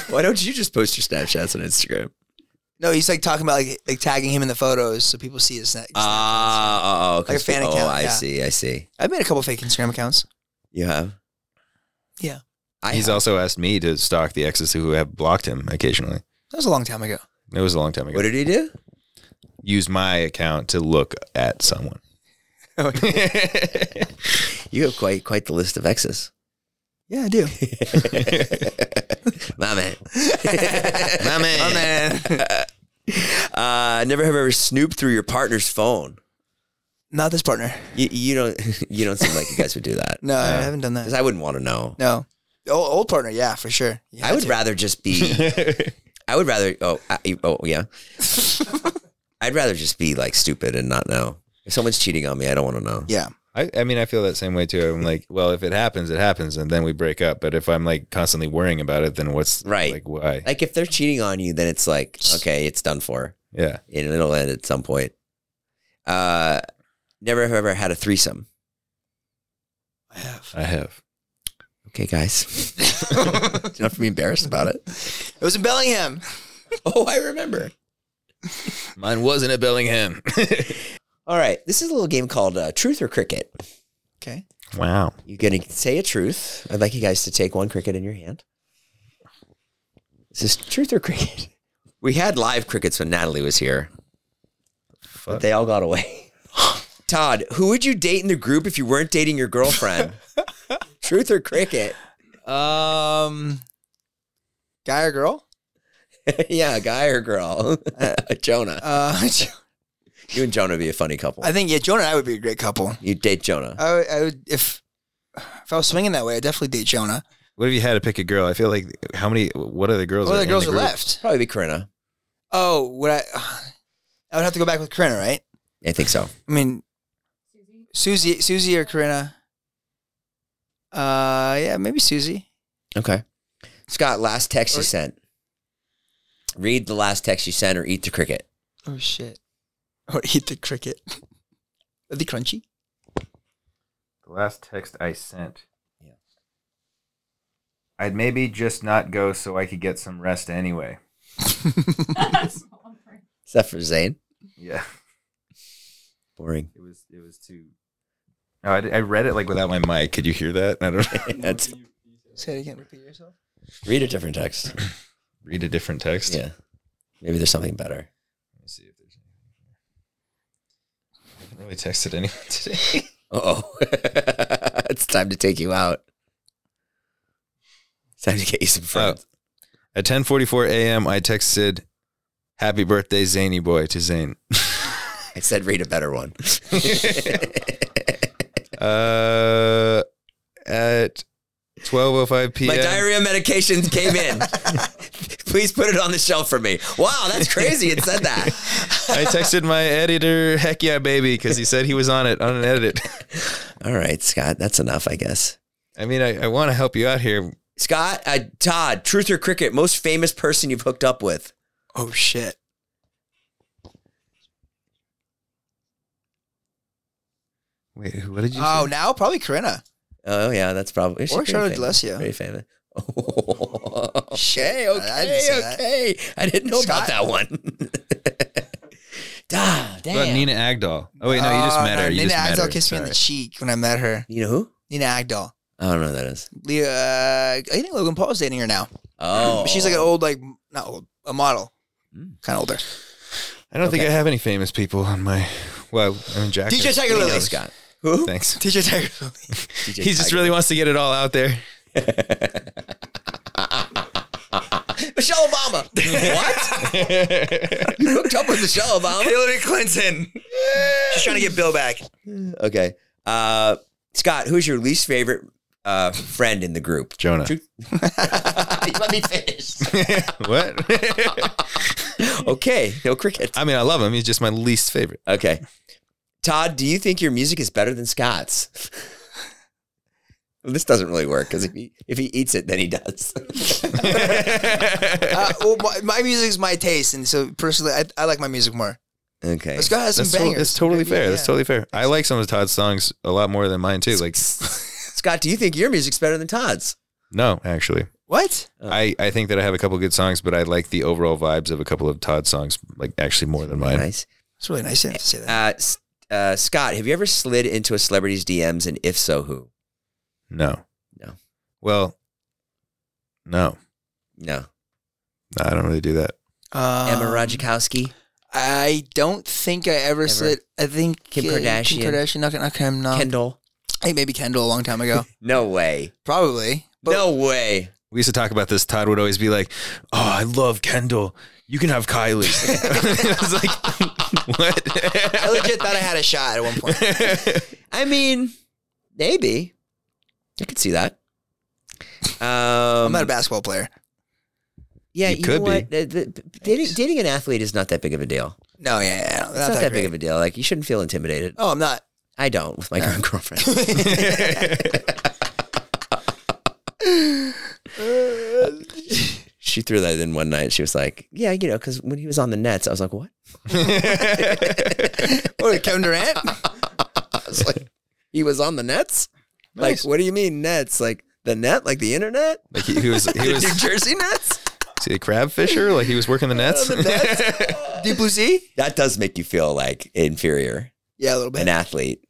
Speaker 2: Why don't you just post your Snapchats on Instagram?
Speaker 3: No, he's like talking about like, like tagging him in the photos so people see his neck.
Speaker 4: Uh,
Speaker 2: Ah, oh, oh,
Speaker 3: Like a fan
Speaker 2: consp-
Speaker 3: account,
Speaker 2: Uh, Oh, I
Speaker 3: yeah.
Speaker 2: see, I see.
Speaker 3: I've made a couple fake Instagram accounts.
Speaker 2: You have.
Speaker 3: Yeah.
Speaker 2: I
Speaker 4: He's
Speaker 2: have.
Speaker 4: also asked me to stalk the exes who have blocked him occasionally.
Speaker 3: That was a long time ago.
Speaker 4: It was a long time ago.
Speaker 2: What did he do?
Speaker 4: Use my account to look at <laughs> someone.
Speaker 3: Oh,
Speaker 2: <laughs> You have quite quite the list of exes.
Speaker 3: Yeah, I
Speaker 2: <laughs>
Speaker 3: do.
Speaker 2: My
Speaker 3: <laughs>
Speaker 2: man.
Speaker 4: My man.
Speaker 3: Oh man,
Speaker 2: <laughs> Uh, never have ever snooped through your partner's phone.
Speaker 3: not this partner.
Speaker 2: You, you don't <laughs> you don't seem like you guys would do that.
Speaker 3: No, I haven't done that.
Speaker 2: Because I wouldn't want to know.
Speaker 3: no, old, old partner. Yeah, for sure. You
Speaker 2: I
Speaker 3: had
Speaker 2: would
Speaker 3: to.
Speaker 2: rather just be.
Speaker 3: <laughs>
Speaker 2: I would rather. Oh, I, oh <laughs> yeah. I'd rather just be like stupid and not know. If someone's cheating on me, I don't want to know.
Speaker 3: Yeah,
Speaker 4: I, I mean, I feel that same way too. I'm like, well, if it happens, it happens, and then we break up. But if I'm like constantly worrying about it, then what's
Speaker 2: Right.
Speaker 4: Like, why?
Speaker 2: Like if they're cheating on you, then it's like okay, it's done for,
Speaker 4: yeah.
Speaker 2: and it'll end at some point. Uh, never have ever had a threesome.
Speaker 3: I have. <laughs>
Speaker 4: I have.
Speaker 2: Okay, guys, <laughs> Don't have to be embarrassed about it.
Speaker 3: It was in Bellingham.
Speaker 2: <laughs> Oh, I remember.
Speaker 4: Mine wasn't at Bellingham. <laughs>
Speaker 2: All right, this is a little game called uh, Truth or Cricket.
Speaker 3: Okay.
Speaker 4: wow.
Speaker 2: You're gonna say a truth. I'd like you guys to take one cricket in your hand. Is this truth or cricket? We had live crickets when Natalie was here, but
Speaker 4: Fuck.
Speaker 2: they all got away. <laughs> Todd, who would you date in the group if you weren't dating your girlfriend? <laughs> truth or cricket?
Speaker 3: Um, guy or girl?
Speaker 2: <laughs> yeah, guy or girl? <laughs> Jonah.
Speaker 3: Uh, <laughs>
Speaker 2: You and Jonah would be a funny couple.
Speaker 3: I think yeah, Jonah and I would be a great couple.
Speaker 2: You'd date Jonah.
Speaker 3: I would, I would if if I was swinging that way, I'd definitely date Jonah.
Speaker 4: What if you had to pick a girl? I feel like how many? What are the girls?
Speaker 3: What
Speaker 4: are
Speaker 3: other
Speaker 4: in
Speaker 3: girls
Speaker 4: the
Speaker 3: are
Speaker 4: group?
Speaker 3: left?
Speaker 2: Probably be Corinna.
Speaker 3: Oh, would I? <sighs> I would have to go back with Corinna, right?
Speaker 2: I think so.
Speaker 3: I mean, Susie, Susie or Corinna? Uh, yeah, maybe Susie.
Speaker 2: Okay. Scott, last text you
Speaker 3: Or-
Speaker 2: sent. Read the last text you sent or eat the cricket.
Speaker 3: Oh shit! <laughs> Or eat the cricket. Are they crunchy?
Speaker 4: The last text I sent. Yeah. I'd maybe just not go so I could get some rest anyway.
Speaker 2: Is that for Zane?
Speaker 4: Yeah.
Speaker 2: <laughs> Boring.
Speaker 4: It was. It was too. No, I, I read it like without my mic. Could you hear that? I <laughs> don't know.
Speaker 2: That's
Speaker 3: Say it again. Repeat yourself.
Speaker 2: read a different text. <laughs>
Speaker 4: read a different text.
Speaker 2: Yeah. Maybe there's something better.
Speaker 4: Let me see if there's anything. I haven't really texted anyone today.
Speaker 2: Uh oh. <laughs> it's time to take you out. It's time to get you some friends.
Speaker 4: At 10:44 a.m., I texted, "Happy birthday, Zany boy,"
Speaker 3: <laughs>
Speaker 4: to Zane.
Speaker 2: I said read a better one.
Speaker 4: Uh, at 12:05 p.m.
Speaker 2: My diarrhea medications came <laughs> in. Please put it on the shelf for me. Wow, that's crazy. It said that.
Speaker 4: I texted my editor, heck yeah, baby, because he said he was on it, on
Speaker 3: <laughs>
Speaker 4: an edit.
Speaker 2: <laughs> All right, Scott. That's enough, I guess.
Speaker 4: I mean, I, I want to help you out here.
Speaker 2: Scott, uh, Todd, truth or cricket, most famous person you've hooked up with.
Speaker 3: Oh shit!
Speaker 4: Wait, who- what did you
Speaker 3: Oh, now probably Corinna.
Speaker 2: Oh yeah, that's probably she's
Speaker 3: Or
Speaker 2: pretty
Speaker 3: Charlotte
Speaker 2: famous.
Speaker 3: D'Alessio.
Speaker 2: Pretty famous. <laughs> Oh,
Speaker 3: Shit,
Speaker 2: okay,
Speaker 3: I didn't
Speaker 2: okay,
Speaker 3: see that.
Speaker 2: okay. I didn't know about
Speaker 3: Scott.
Speaker 2: that <laughs> one. ah,
Speaker 4: What about
Speaker 2: damn.
Speaker 4: Nina Agdal? Oh, wait, no, you just
Speaker 3: Oh,
Speaker 4: met
Speaker 3: no,
Speaker 4: her. You
Speaker 3: Nina
Speaker 4: just met
Speaker 3: Agdal
Speaker 4: her.
Speaker 3: kissed me in the
Speaker 4: Sorry.
Speaker 3: cheek when I met her.
Speaker 2: You know who?
Speaker 3: Nina Agdal.
Speaker 2: I don't know who that is.
Speaker 3: Leo, uh, I think Logan Paul's dating her now.
Speaker 2: Oh,
Speaker 3: She's like an old, like not old, a model,
Speaker 4: Hmm.
Speaker 3: kind of older. <laughs>
Speaker 4: I don't think I have any famous people on my. Well, I mean, Jack.
Speaker 3: DJ
Speaker 4: is-
Speaker 3: Tiger Lily.
Speaker 2: Scott.
Speaker 3: Who?
Speaker 4: Thanks.
Speaker 3: DJ Tiger Lily.
Speaker 4: <laughs>
Speaker 2: DJ
Speaker 4: He just really wants to get it all out there.
Speaker 2: Michelle Obama.
Speaker 3: <laughs>
Speaker 2: what? you hooked up with Michelle Obama?
Speaker 3: Hillary Clinton.
Speaker 2: <sighs>
Speaker 3: She's trying to get Bill back.
Speaker 2: Okay. Uh, Scott, who's your least favorite uh, friend in the
Speaker 3: <laughs>
Speaker 2: group.
Speaker 4: <laughs> Jonah. <laughs>
Speaker 2: Let me finish.
Speaker 4: what? <laughs>
Speaker 2: okay, no crickets.
Speaker 4: I mean, I love him. He's just my least favorite.
Speaker 2: Okay. Todd, do you think your music is better than Scott's? well, this doesn't really work because if he if he eats it, then he does. <laughs>
Speaker 3: Uh, well, my, my music's my taste, and so personally, I, I like my music more.
Speaker 2: okay.
Speaker 3: Let's go have some
Speaker 4: That's, to-
Speaker 3: bangers.
Speaker 4: that's totally fair.
Speaker 3: Yeah,
Speaker 4: That's
Speaker 3: yeah.
Speaker 4: totally fair. I like some of Todd's songs a lot more than mine too.
Speaker 2: <laughs>
Speaker 4: Like,
Speaker 2: Scott, do you think your music's better than Todd's?
Speaker 4: no, actually,
Speaker 3: What?
Speaker 4: I, I think that I have a couple good songs, but I like the overall vibes of a couple of Todd's songs, like actually more than mine.
Speaker 2: Nice.
Speaker 3: It's really nice you have to say that.
Speaker 2: Uh, S- uh, Scott, have you ever slid into a celebrity's DMs, and if so, who?
Speaker 4: No,
Speaker 2: No.
Speaker 4: Well, no,
Speaker 2: No,
Speaker 4: No, I don't really do that.
Speaker 3: Um,
Speaker 2: Emma Ratajkowski.
Speaker 3: I don't think I ever,
Speaker 2: Ever.
Speaker 3: slid. I think uh,
Speaker 2: Kim Kardashian.
Speaker 3: Kim Kardashian. Not, not Kim. No.
Speaker 2: Kendall.
Speaker 3: I think maybe Kendall a long time ago.
Speaker 2: <laughs> No way.
Speaker 3: Probably. But
Speaker 2: no way.
Speaker 4: We used to talk about this. Todd would always be like, "Oh, I love Kendall. You can have Kylie." <laughs> I was like, <laughs> "What?"
Speaker 3: I legit thought I had a shot at one point.
Speaker 2: <laughs> I mean, maybe. I could see that. Um,
Speaker 3: I'm not a basketball player.
Speaker 2: Yeah,
Speaker 4: You
Speaker 2: you
Speaker 4: could
Speaker 2: know
Speaker 4: be.
Speaker 2: what? The- the- dating, dating an athlete is not that big of a deal.
Speaker 3: No, yeah, yeah, yeah.
Speaker 2: It's not, that, big of a deal. Like you shouldn't feel intimidated.
Speaker 3: Oh,
Speaker 2: <laughs>
Speaker 3: I'm not.
Speaker 2: I don't with my current girlfriend. <laughs> she threw that in one night. She was like, "Yeah, you know," because when he was on the Nets, I was like, "What?"
Speaker 3: <laughs> What,
Speaker 2: <laughs>
Speaker 3: Kevin Durant?
Speaker 2: I was like, "He was on the Nets? Like, what do you mean Nets? Like the net? Like the internet?
Speaker 4: Like he, he was,
Speaker 2: <laughs>
Speaker 4: he was
Speaker 2: New Jersey
Speaker 3: <laughs>
Speaker 2: Nets?"
Speaker 4: is he a crab fisher. Like he was working
Speaker 2: <laughs>
Speaker 4: the nets. <laughs>
Speaker 3: <laughs> Deep Blue Sea?
Speaker 2: That does make you feel like inferior,
Speaker 3: Yeah, a little bit.
Speaker 2: an athlete.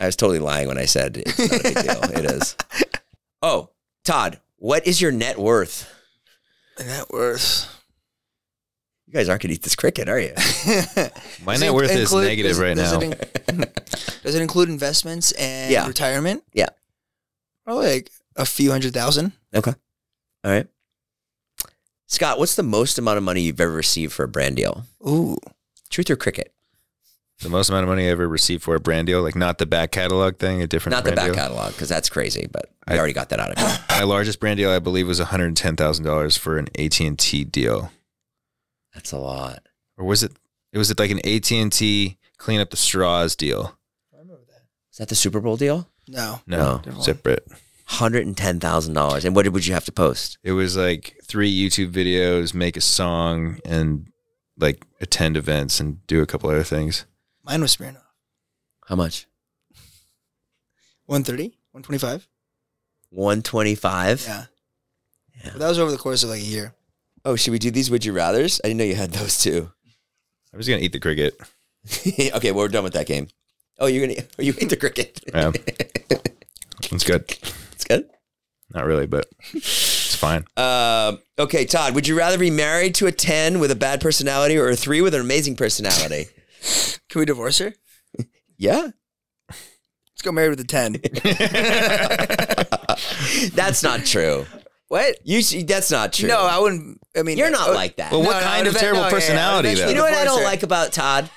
Speaker 2: I was totally lying when I said it's not a big deal.
Speaker 4: <laughs>
Speaker 2: It is. Oh, Todd, what is your net worth? <laughs>
Speaker 3: Net worth.
Speaker 2: You guys aren't gonna eat this cricket, are you? <laughs>
Speaker 4: My
Speaker 3: Does
Speaker 4: net
Speaker 3: it
Speaker 4: worth is
Speaker 3: include-
Speaker 4: negative
Speaker 3: does-
Speaker 4: right
Speaker 3: does
Speaker 4: now.
Speaker 3: It in- does it include investments and
Speaker 2: Yeah.
Speaker 3: retirement?
Speaker 2: Yeah.
Speaker 3: Probably like a few hundred thousand.
Speaker 2: All right. Scott, what's the most amount of money you've ever received for a brand deal?
Speaker 3: Ooh.
Speaker 2: Truth or cricket?
Speaker 4: The most amount of money I ever received for a brand deal, like not the back catalog thing, a different
Speaker 2: Not the
Speaker 4: brand
Speaker 2: back
Speaker 4: deal.
Speaker 2: catalog, because that's crazy, but I
Speaker 4: I-
Speaker 2: already got that out of
Speaker 4: <gasps>
Speaker 2: you.
Speaker 4: My largest brand deal, I believe, was one hundred ten thousand dollars for an AT and T deal,
Speaker 2: That's a lot.
Speaker 4: or was it? It was it like an AT and T clean up the straws deal.
Speaker 2: Is that the Super Bowl deal?
Speaker 3: No.
Speaker 4: No,
Speaker 3: Different one.
Speaker 4: separate.
Speaker 2: Hundred and ten thousand dollars. And what did- would you have to post?
Speaker 4: It was like three YouTube videos, make a song, and like attend events and do a couple other things.
Speaker 3: Mine was Smirnoff.
Speaker 2: How much?
Speaker 3: 130, 125.
Speaker 2: One twenty-five.
Speaker 3: Yeah. But that was over the course of like a year.
Speaker 2: Oh, should we do these Would You Rather's? I didn't know you had those too.
Speaker 4: I was gonna eat the cricket.
Speaker 2: <laughs> okay, well, we're done with that game. Oh, you're gonna <laughs> oh, you hate the cricket. <laughs>
Speaker 4: Yeah, it's good.
Speaker 2: It's good.
Speaker 4: Not really, but it's fine.
Speaker 2: Um, okay, Todd, would you rather be married to a ten with a bad personality or a three with an amazing personality? <laughs>
Speaker 3: Can we divorce her?
Speaker 2: yeah,
Speaker 3: Let's go married with a 10.
Speaker 2: that's not true.
Speaker 3: what?
Speaker 2: You sh- that's not true.
Speaker 3: <laughs> No, I wouldn't. I mean,
Speaker 2: you're not
Speaker 3: uh,
Speaker 2: like that.
Speaker 4: Well,
Speaker 3: No,
Speaker 4: what
Speaker 3: no,
Speaker 4: kind of
Speaker 3: that-
Speaker 4: terrible
Speaker 3: no, yeah, yeah,
Speaker 4: personality,
Speaker 3: eventually
Speaker 4: though?
Speaker 2: you know what I
Speaker 3: divorce
Speaker 2: don't
Speaker 3: her.
Speaker 2: like about Todd?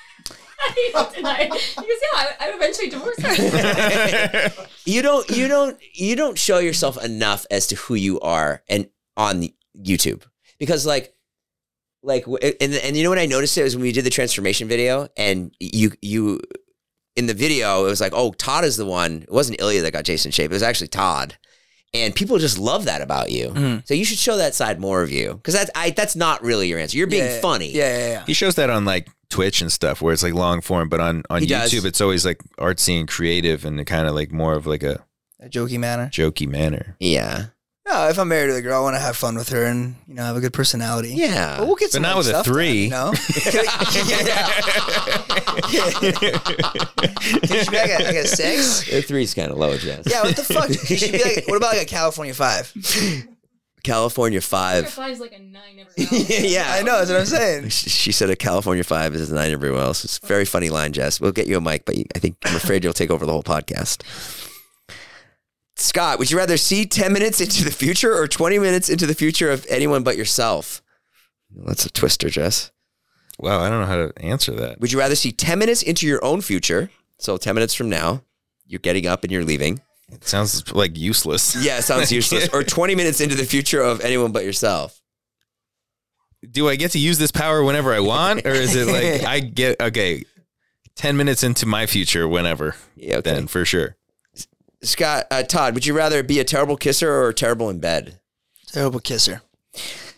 Speaker 5: deny. Because yeah, I, I eventually divorced
Speaker 2: <laughs>
Speaker 5: her.
Speaker 2: You don't you don't you don't show yourself enough as to who you are and on YouTube because like like w- and and you know what I noticed it was when we did the transformation video and you you in the video it was like oh Todd is the one it wasn't Ilya that got Jason shape it was actually Todd and people just love that about you
Speaker 3: Mhm.
Speaker 2: so you should show that side more of you because that's I that's not really your answer you're being
Speaker 3: Yeah,
Speaker 2: funny
Speaker 3: Yeah, yeah, yeah.
Speaker 4: He shows that on like Twitch and stuff where it's like long form, but on on
Speaker 2: He
Speaker 4: YouTube
Speaker 2: does.
Speaker 4: it's always like artsy and creative and kind of like more of like a
Speaker 3: A jokey manner.
Speaker 2: <laughs>
Speaker 4: jokey manner. <laughs>
Speaker 2: yeah
Speaker 3: No, if I'm married to the girl, I want to have fun with her and you know have a good personality.
Speaker 2: yeah <laughs>
Speaker 3: <laughs> but we'll get
Speaker 4: But
Speaker 3: some
Speaker 4: not
Speaker 3: other
Speaker 4: with a
Speaker 3: stuff
Speaker 4: three.
Speaker 3: Done, you know? Should be like a, like a six.
Speaker 2: The three's kind of low Jess
Speaker 3: Yeah, what the
Speaker 4: <laughs>
Speaker 3: fuck? You should be like, what about like a California five?
Speaker 2: California
Speaker 5: Your
Speaker 2: five.
Speaker 5: five's like a nine
Speaker 3: <laughs>
Speaker 5: every hour.
Speaker 2: <laughs> yeah,
Speaker 3: I know that's what I'm saying.
Speaker 2: She she said a California five is a nine everywhere else. It's a very funny line, Jess. We'll get you a mic, but you- I think I'm afraid you'll take over the whole podcast. Scott, would you rather see 10 minutes into the future or 20 minutes into the future of anyone but yourself? That's a twister, Jess.
Speaker 4: Wow, I don't know how to answer that.
Speaker 2: Would you rather see 10 minutes into your own future? So 10 minutes from now, you're getting up and you're leaving.
Speaker 4: It sounds like useless.
Speaker 2: Yeah, sounds
Speaker 3: <laughs>
Speaker 2: useless. Or 20 minutes into the future of anyone but yourself.
Speaker 4: Do I get to use this power whenever I want, or is it
Speaker 2: <laughs>
Speaker 4: like I get okay? Ten minutes into my future, whenever.
Speaker 2: Yeah, okay.
Speaker 4: Then for sure.
Speaker 2: Scott, uh, Todd, would you rather be a terrible kisser or terrible in bed?
Speaker 3: Terrible kisser.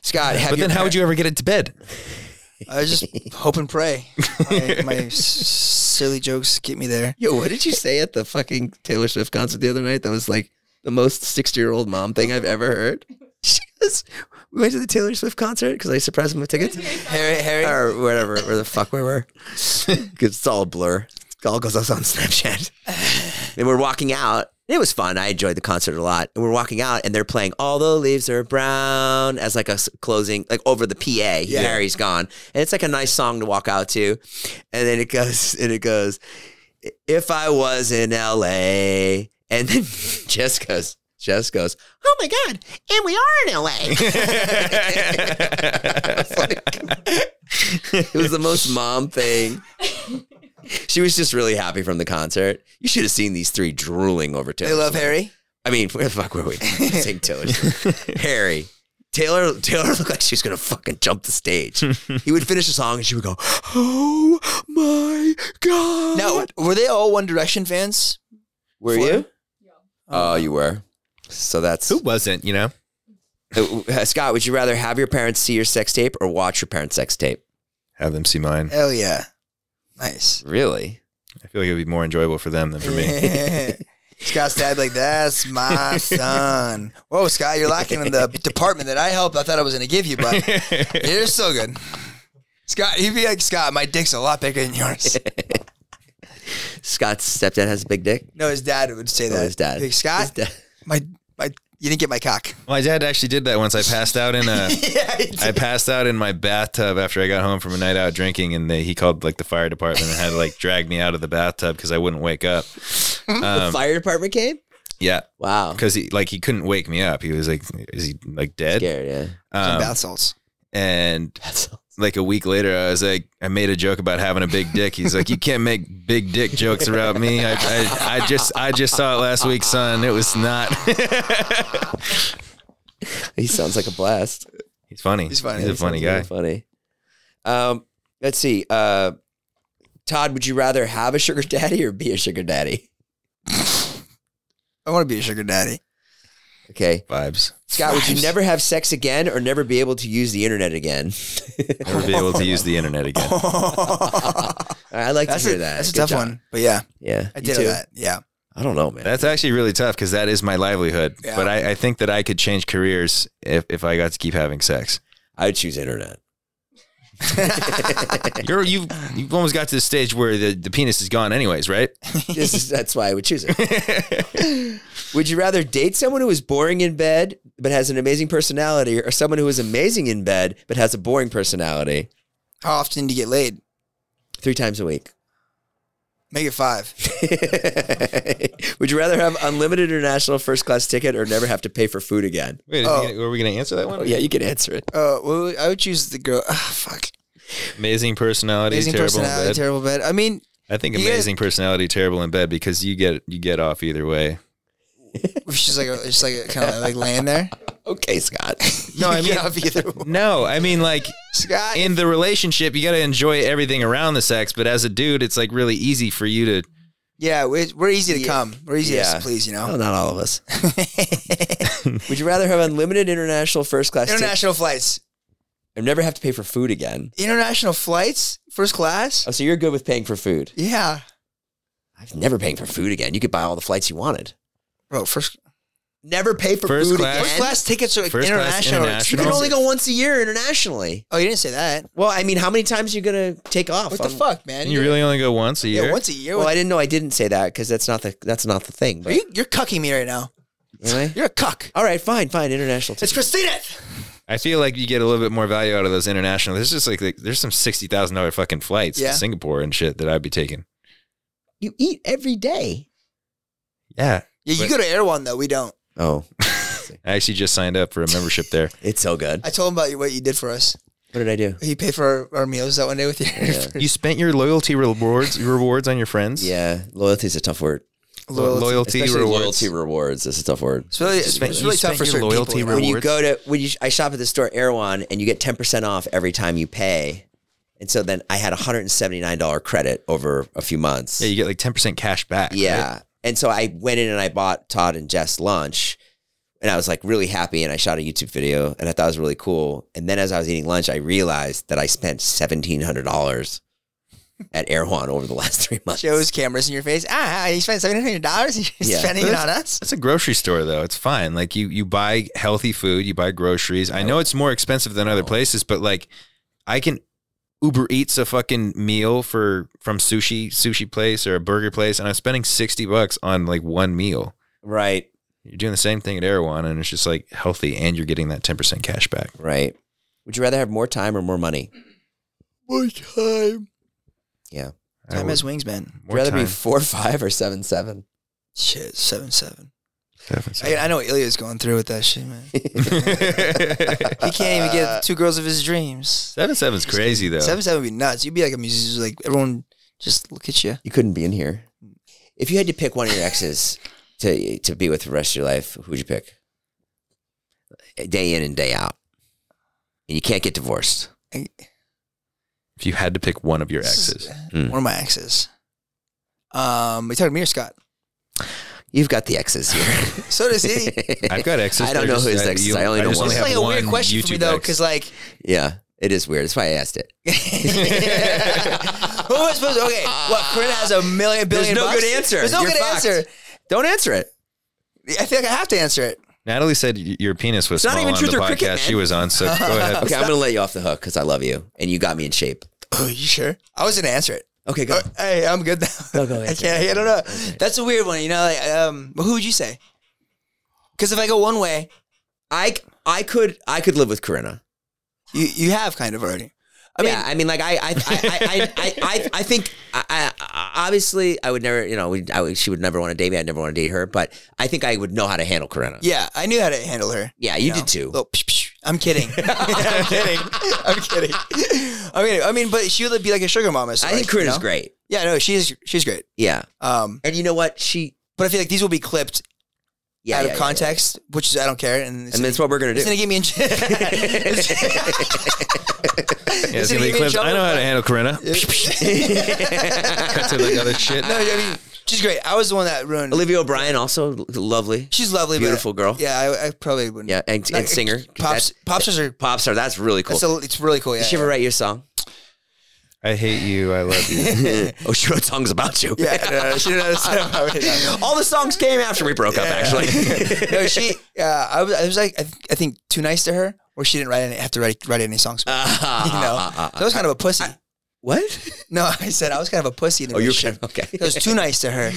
Speaker 2: Scott, have
Speaker 4: but
Speaker 2: your
Speaker 4: then, how
Speaker 2: par-
Speaker 4: would you ever get it
Speaker 2: <laughs>
Speaker 4: to bed?
Speaker 3: I was just hope and pray. My,
Speaker 4: <laughs>
Speaker 3: my s- silly jokes get me there.
Speaker 2: Yo, what did you say at the fucking Taylor Swift concert the other night? That was like the most 60 year old mom thing I've ever heard. <laughs> She goes, We went to the Taylor Swift concert because I surprised him with tickets.
Speaker 3: Harry, Harry,
Speaker 2: or whatever, where the fuck we were. <laughs> Because it's all a blur. It all goes up on Snapchat. and we're walking out. It was fun. I enjoyed the concert a lot. And we're walking out, and they're playing "All the Leaves Are Brown" as like a s- closing, like over the PA. Harry's gone, and it's like a nice song to walk out to. And then it goes, and it goes, "If I was in L.A." And then <laughs> Jess goes, Jess goes, "Oh my god!" And we are in <laughs> L.A. <laughs> It was the most mom thing. She was just really happy from the concert. You should have seen these three drooling over Taylor.
Speaker 3: they love
Speaker 2: Swift.
Speaker 3: Harry.
Speaker 2: I mean, where the fuck were we? <laughs> Saying Taylor.
Speaker 3: <laughs>
Speaker 2: Swift. Harry. Taylor Taylor looked like she was gonna fucking jump the
Speaker 3: <laughs>
Speaker 2: stage. he would finish a song and she would go, Oh my god.
Speaker 3: Now, were they all One Direction fans?
Speaker 2: were you?
Speaker 5: Yeah.
Speaker 2: Oh, you were. So that's
Speaker 4: Who wasn't? You know.
Speaker 2: Uh, Scott, would you rather have your parents see your sex tape or watch your parents' sex tape?
Speaker 4: Have them see mine.
Speaker 3: Hell yeah, nice.
Speaker 2: Really?
Speaker 4: I feel like it would be more enjoyable for them than
Speaker 2: <laughs>
Speaker 3: <laughs>
Speaker 4: for me.
Speaker 3: Scott's dad like that's my son. Whoa, Scott, you're lacking in
Speaker 2: <laughs>
Speaker 3: the department that I helped. I thought I was gonna give you, but you're still good. Scott, he'd be like, Scott, my dick's a lot bigger
Speaker 2: <laughs>
Speaker 3: than yours.
Speaker 2: Scott's stepdad has a big dick?
Speaker 3: No, his dad would say that.
Speaker 2: Oh, his dad.
Speaker 3: Like, Scott,
Speaker 2: His dad.
Speaker 3: my my, you didn't get
Speaker 2: <laughs>
Speaker 3: my cock.
Speaker 4: My dad actually did that once. I passed out in a.
Speaker 3: <laughs> yeah, he
Speaker 4: I passed out in my bathtub after I got home from a night out drinking, and they, he called like the fire department and had to like drag me out of the bathtub because I wouldn't wake up.
Speaker 2: <laughs>
Speaker 4: Um,
Speaker 2: the fire department came?
Speaker 4: Yeah,
Speaker 2: Wow.
Speaker 4: because he like he couldn't wake me up. He was like, "Is he like dead?"
Speaker 2: Scared, yeah.
Speaker 3: Some
Speaker 4: Um,
Speaker 3: bath salts.
Speaker 4: and like a week later, I was like, I made a joke about having a big dick. He's like, "You can't make big dick jokes about me." I, I, I just I just saw it last week, son. It was not. <laughs>
Speaker 2: He sounds like a blast.
Speaker 4: He's funny.
Speaker 3: He's funny.
Speaker 4: He's a
Speaker 2: That
Speaker 4: funny
Speaker 2: sounds really funny.
Speaker 4: guy.
Speaker 2: Um, let's see. Uh, Todd, would you rather have a sugar daddy or be a sugar daddy?
Speaker 3: I want to be a
Speaker 2: <laughs>
Speaker 3: sugar daddy. <laughs>
Speaker 2: Okay.
Speaker 4: Vibes.
Speaker 2: Scott, would you
Speaker 3: Vibes.
Speaker 2: never have sex again or never be able to use the internet again? <laughs>
Speaker 4: Never be able to use the internet again.
Speaker 3: <laughs>
Speaker 2: All right, I like
Speaker 3: that's
Speaker 2: to
Speaker 3: a,
Speaker 2: hear that.
Speaker 3: that's a
Speaker 2: Good
Speaker 3: tough
Speaker 2: job.
Speaker 3: one. But yeah,
Speaker 2: Yeah.
Speaker 3: I
Speaker 2: you
Speaker 3: did
Speaker 2: too?
Speaker 3: that. Yeah.
Speaker 2: I don't know, man.
Speaker 4: That's actually really tough because that is my livelihood.
Speaker 3: Yeah.
Speaker 4: But I, I think that I could change careers if, if I got to keep having sex.
Speaker 2: I would choose internet. <laughs>
Speaker 4: You're, you've, you've almost got to the stage where the, the penis is gone, anyways, right?
Speaker 2: This is, that's why I would choose it. would you rather date someone who is boring in bed but has an amazing personality or someone who is amazing in bed but has a boring personality
Speaker 3: How often do you get laid?
Speaker 2: three times a week? <laughs>
Speaker 3: Make it five.
Speaker 2: would you rather have unlimited international first class ticket or never have to pay for food again?
Speaker 4: Wait,
Speaker 3: Oh.
Speaker 4: are we going to answer that one?
Speaker 2: Oh, yeah, you can answer it.
Speaker 3: Uh, well, I would choose the girl. ah, fuck.
Speaker 4: Amazing personality,
Speaker 3: Amazing
Speaker 4: terrible
Speaker 3: personality,
Speaker 4: in bed.
Speaker 3: terrible bed. I mean,
Speaker 4: I think
Speaker 3: You get-
Speaker 4: amazing personality, terrible in bed because you get you get off either way.
Speaker 3: if she's like, just like kind of like laying there.
Speaker 2: Okay, Scott.
Speaker 4: No, I <laughs>
Speaker 3: You
Speaker 4: mean,
Speaker 3: get off either one.
Speaker 4: no, I mean like
Speaker 3: <laughs> Scott.
Speaker 4: in the relationship, you got to enjoy everything around the sex. But as a dude, it's like really easy for you to.
Speaker 3: yeah, we're, we're easy to come. We're easy
Speaker 2: Yeah.
Speaker 3: to please, you
Speaker 2: No,
Speaker 4: Oh,
Speaker 3: know.
Speaker 2: Oh, not all of us. would you rather have unlimited international first class ticket
Speaker 3: International flights.
Speaker 2: or never have to pay for food again?
Speaker 3: International flights? First class?
Speaker 2: Oh, so you're good with paying for food.
Speaker 3: Yeah.
Speaker 2: I've never paying for food again. You could buy all the flights you wanted.
Speaker 3: Bro, first
Speaker 2: Never pay for
Speaker 4: First
Speaker 2: food
Speaker 4: class-
Speaker 2: again.
Speaker 3: first class tickets are like
Speaker 4: First class,
Speaker 3: international. are
Speaker 4: international.
Speaker 2: You can
Speaker 3: expensive.
Speaker 2: only go once a year internationally.
Speaker 3: Oh, you didn't say that.
Speaker 2: Well, I mean, how many times are you gonna take off?
Speaker 3: What
Speaker 2: on-
Speaker 3: the fuck, man?
Speaker 4: You really only go once a year.
Speaker 3: Yeah, once a year.
Speaker 2: Well,
Speaker 3: what-
Speaker 2: I didn't know. I didn't say that because that's not the that's not the thing. But <laughs>
Speaker 3: are you, you're cucking me right now.
Speaker 2: Really?
Speaker 3: You're a cuck.
Speaker 2: all right, fine, fine. International.
Speaker 3: It's
Speaker 2: ticket.
Speaker 3: Christina.
Speaker 4: I feel like you get a little bit more value out of those international. There's just like, like there's some sixty thousand dollar fucking flights
Speaker 3: Yeah.
Speaker 4: to Singapore and shit that I'd be taking.
Speaker 2: you eat every day.
Speaker 4: Yeah,
Speaker 3: Yeah, you go to Air One though. We don't.
Speaker 2: Oh,
Speaker 4: I actually just signed up for a
Speaker 3: <laughs>
Speaker 4: membership there.
Speaker 2: it's so good.
Speaker 3: I told him about you- what you did for us.
Speaker 2: What did I do?
Speaker 3: You paid for our, our meals that one <laughs> day with you.
Speaker 4: you spent your loyalty rewards rewards on your friends.
Speaker 2: Yeah, loyalty is a tough word.
Speaker 4: Lo- loyalty
Speaker 2: Especially
Speaker 4: rewards.
Speaker 2: loyalty rewards. That's a tough word.
Speaker 6: It's really, it's,
Speaker 4: Spent- you
Speaker 6: really tough
Speaker 4: spent
Speaker 6: for
Speaker 4: your
Speaker 6: certain
Speaker 4: loyalty
Speaker 6: people.
Speaker 4: reward.
Speaker 2: When you
Speaker 4: rewards.
Speaker 2: go to when you, I shop at the store Erewhon and you get ten percent off every time you pay, and so then I had a hundred and seventy nine dollar credit over a few months.
Speaker 4: Yeah, you get like ten percent cash back. right?
Speaker 2: Yeah. And so I went in and I bought Todd and Jess lunch and I was like really happy and I shot a YouTube video and I thought it was really cool. And then as I was eating lunch, I realized that I spent $1,700 at Erewhon over the last three months.
Speaker 3: Joe's cameras in your face. Ah, you spent seven hundred dollars. You're
Speaker 2: Yeah.
Speaker 3: spending it on
Speaker 4: <laughs>
Speaker 3: us.
Speaker 4: It's a grocery store though. It's fine. Like you you buy healthy food, you buy groceries. I know it's more expensive than other places, but like I can Uber Eats a fucking meal for from sushi sushi place or a burger place, and I'm spending sixty bucks on like one meal.
Speaker 2: Right,
Speaker 4: You're doing the same thing at Erewhon, and it's just like healthy, and you're getting that ten percent cash back.
Speaker 2: right. Would you rather have more time or more money?
Speaker 3: More time.
Speaker 2: Yeah.
Speaker 4: I
Speaker 3: Time
Speaker 4: would-
Speaker 3: has wings, man.
Speaker 4: more
Speaker 2: Would you rather
Speaker 4: time.
Speaker 2: be four five or seven seven?
Speaker 3: Shit, seven seven.
Speaker 4: Seven,
Speaker 3: I,
Speaker 4: seven.
Speaker 3: I know what Ilya's going through with that shit,
Speaker 4: <laughs>
Speaker 3: man. He can't even get the two girls of his dreams.
Speaker 4: Seven seven's crazy though.
Speaker 3: Seven seven would be nuts. You'd be like a musician, like everyone just look at you.
Speaker 2: You couldn't be in here. If you had to pick one of your <laughs> exes to to be with for the rest of your life, who would you pick? Day in and day out. And you can't get divorced.
Speaker 3: I-
Speaker 4: If you had to pick one of your
Speaker 3: This is-
Speaker 2: <laughs>
Speaker 4: exes,
Speaker 2: Mm.
Speaker 3: One of my exes. Um, you talking to me or Scott?
Speaker 2: You've got the exes here. <laughs>
Speaker 3: So
Speaker 4: <laughs>
Speaker 3: does he.
Speaker 4: I've got exes.
Speaker 2: I don't
Speaker 4: they're
Speaker 2: know
Speaker 4: just-
Speaker 2: whose
Speaker 4: I-
Speaker 2: exes,
Speaker 4: you-
Speaker 2: I only know
Speaker 4: just
Speaker 2: one.
Speaker 3: It's
Speaker 4: have
Speaker 3: like a weird
Speaker 4: one
Speaker 3: question for me
Speaker 4: YouTube
Speaker 3: though,
Speaker 4: ex.
Speaker 3: because like
Speaker 2: yeah, it is weird. That's why I asked it. <laughs>
Speaker 3: Who was supposed? To, okay, what? Corinne has a million billion.
Speaker 2: no
Speaker 3: bucks?
Speaker 2: good answer.
Speaker 3: There's no
Speaker 2: You're
Speaker 3: good
Speaker 2: fucked.
Speaker 3: answer.
Speaker 2: Don't answer it.
Speaker 3: I feel like I have to
Speaker 2: <clears throat>
Speaker 3: answer it.
Speaker 4: Natalie said y- your penis
Speaker 2: It's
Speaker 4: was
Speaker 2: not
Speaker 4: small
Speaker 2: even
Speaker 4: on
Speaker 2: truth
Speaker 4: the
Speaker 2: or
Speaker 4: podcast
Speaker 2: cricket, man.
Speaker 4: she was on, so go ahead.
Speaker 2: <laughs> Okay, I'm gonna let you off the hook because I love you and you got me in shape. Uh,
Speaker 3: Oh, you sure? I was gonna answer it.
Speaker 2: Okay, go.
Speaker 3: Oh, hey, I'm good now.
Speaker 2: No, go
Speaker 3: <laughs> I
Speaker 2: answer
Speaker 3: can't. I don't know. That's a weird one. You know, like um, but who would you say? Because if I go one way,
Speaker 2: I I could I could live with Corinna.
Speaker 3: you you have kind of already.
Speaker 2: I mean, yeah, I mean, like I, I, I, I, I, I, I think, I, I- I, obviously, I would never, you know, we, I, would- she would never want to date me. I'd never want to date her, but I think I would know how to handle Corinna.
Speaker 3: Yeah, I knew how to handle her.
Speaker 2: Yeah, you
Speaker 3: know.
Speaker 2: did too.
Speaker 3: Little psh, psh.
Speaker 2: <laughs>
Speaker 3: I'm kidding. I'm kidding. I'm kidding. I mean, I mean, but she would be like a sugar mama. So
Speaker 2: I
Speaker 3: like,
Speaker 2: think Corinna's
Speaker 3: you know?
Speaker 2: great.
Speaker 3: Yeah, no, she's she's great.
Speaker 2: Yeah,
Speaker 3: Um,
Speaker 2: and you know what? She,
Speaker 3: but I feel like these will be clipped
Speaker 2: yeah,
Speaker 3: out
Speaker 2: yeah,
Speaker 3: of
Speaker 2: yeah,
Speaker 3: context, which is I don't care, and
Speaker 2: yeah.
Speaker 3: it's
Speaker 2: and
Speaker 3: gonna,
Speaker 2: that's what we're gonna do.
Speaker 3: it's gonna get me in.
Speaker 2: <laughs>
Speaker 4: Yeah, it's
Speaker 3: Is it
Speaker 4: gonna be
Speaker 3: even
Speaker 4: clips. I know how to
Speaker 3: trouble?
Speaker 4: handle
Speaker 2: <laughs>
Speaker 4: Corinna. Cut to like other shit.
Speaker 3: <laughs> no, I mean she's great. I was the one that ruined.
Speaker 2: Olivia O'Brien also l- lovely.
Speaker 3: She's lovely, but-
Speaker 2: beautiful girl.
Speaker 3: Yeah, I, I probably wouldn't.
Speaker 2: yeah, and,
Speaker 3: Not-
Speaker 2: and singer.
Speaker 3: Pops, pop stars are.
Speaker 2: pop star. That's really cool.
Speaker 3: That's a, it's really cool. Yeah,
Speaker 2: Did she ever write you a song? <laughs>
Speaker 4: I hate you. I love you.
Speaker 2: oh, she wrote songs about you.
Speaker 3: <laughs> yeah, yeah, no, no, she didn't
Speaker 2: <laughs>
Speaker 3: understand.
Speaker 2: All the songs came after we broke up. Actually, <laughs>
Speaker 3: no, she. Uh, I was. I was like, I, th- I think too nice to her, or she didn't write any, have to write write any songs.
Speaker 2: <laughs>
Speaker 3: About her, you
Speaker 2: Uh,
Speaker 3: know, so I was kind of a pussy.
Speaker 2: what?
Speaker 3: no, <laughs> I said I was kind of a pussy in the
Speaker 2: Oh, you're
Speaker 3: relationship.
Speaker 2: okay.
Speaker 3: I was too nice
Speaker 2: <laughs>
Speaker 3: to her.
Speaker 4: I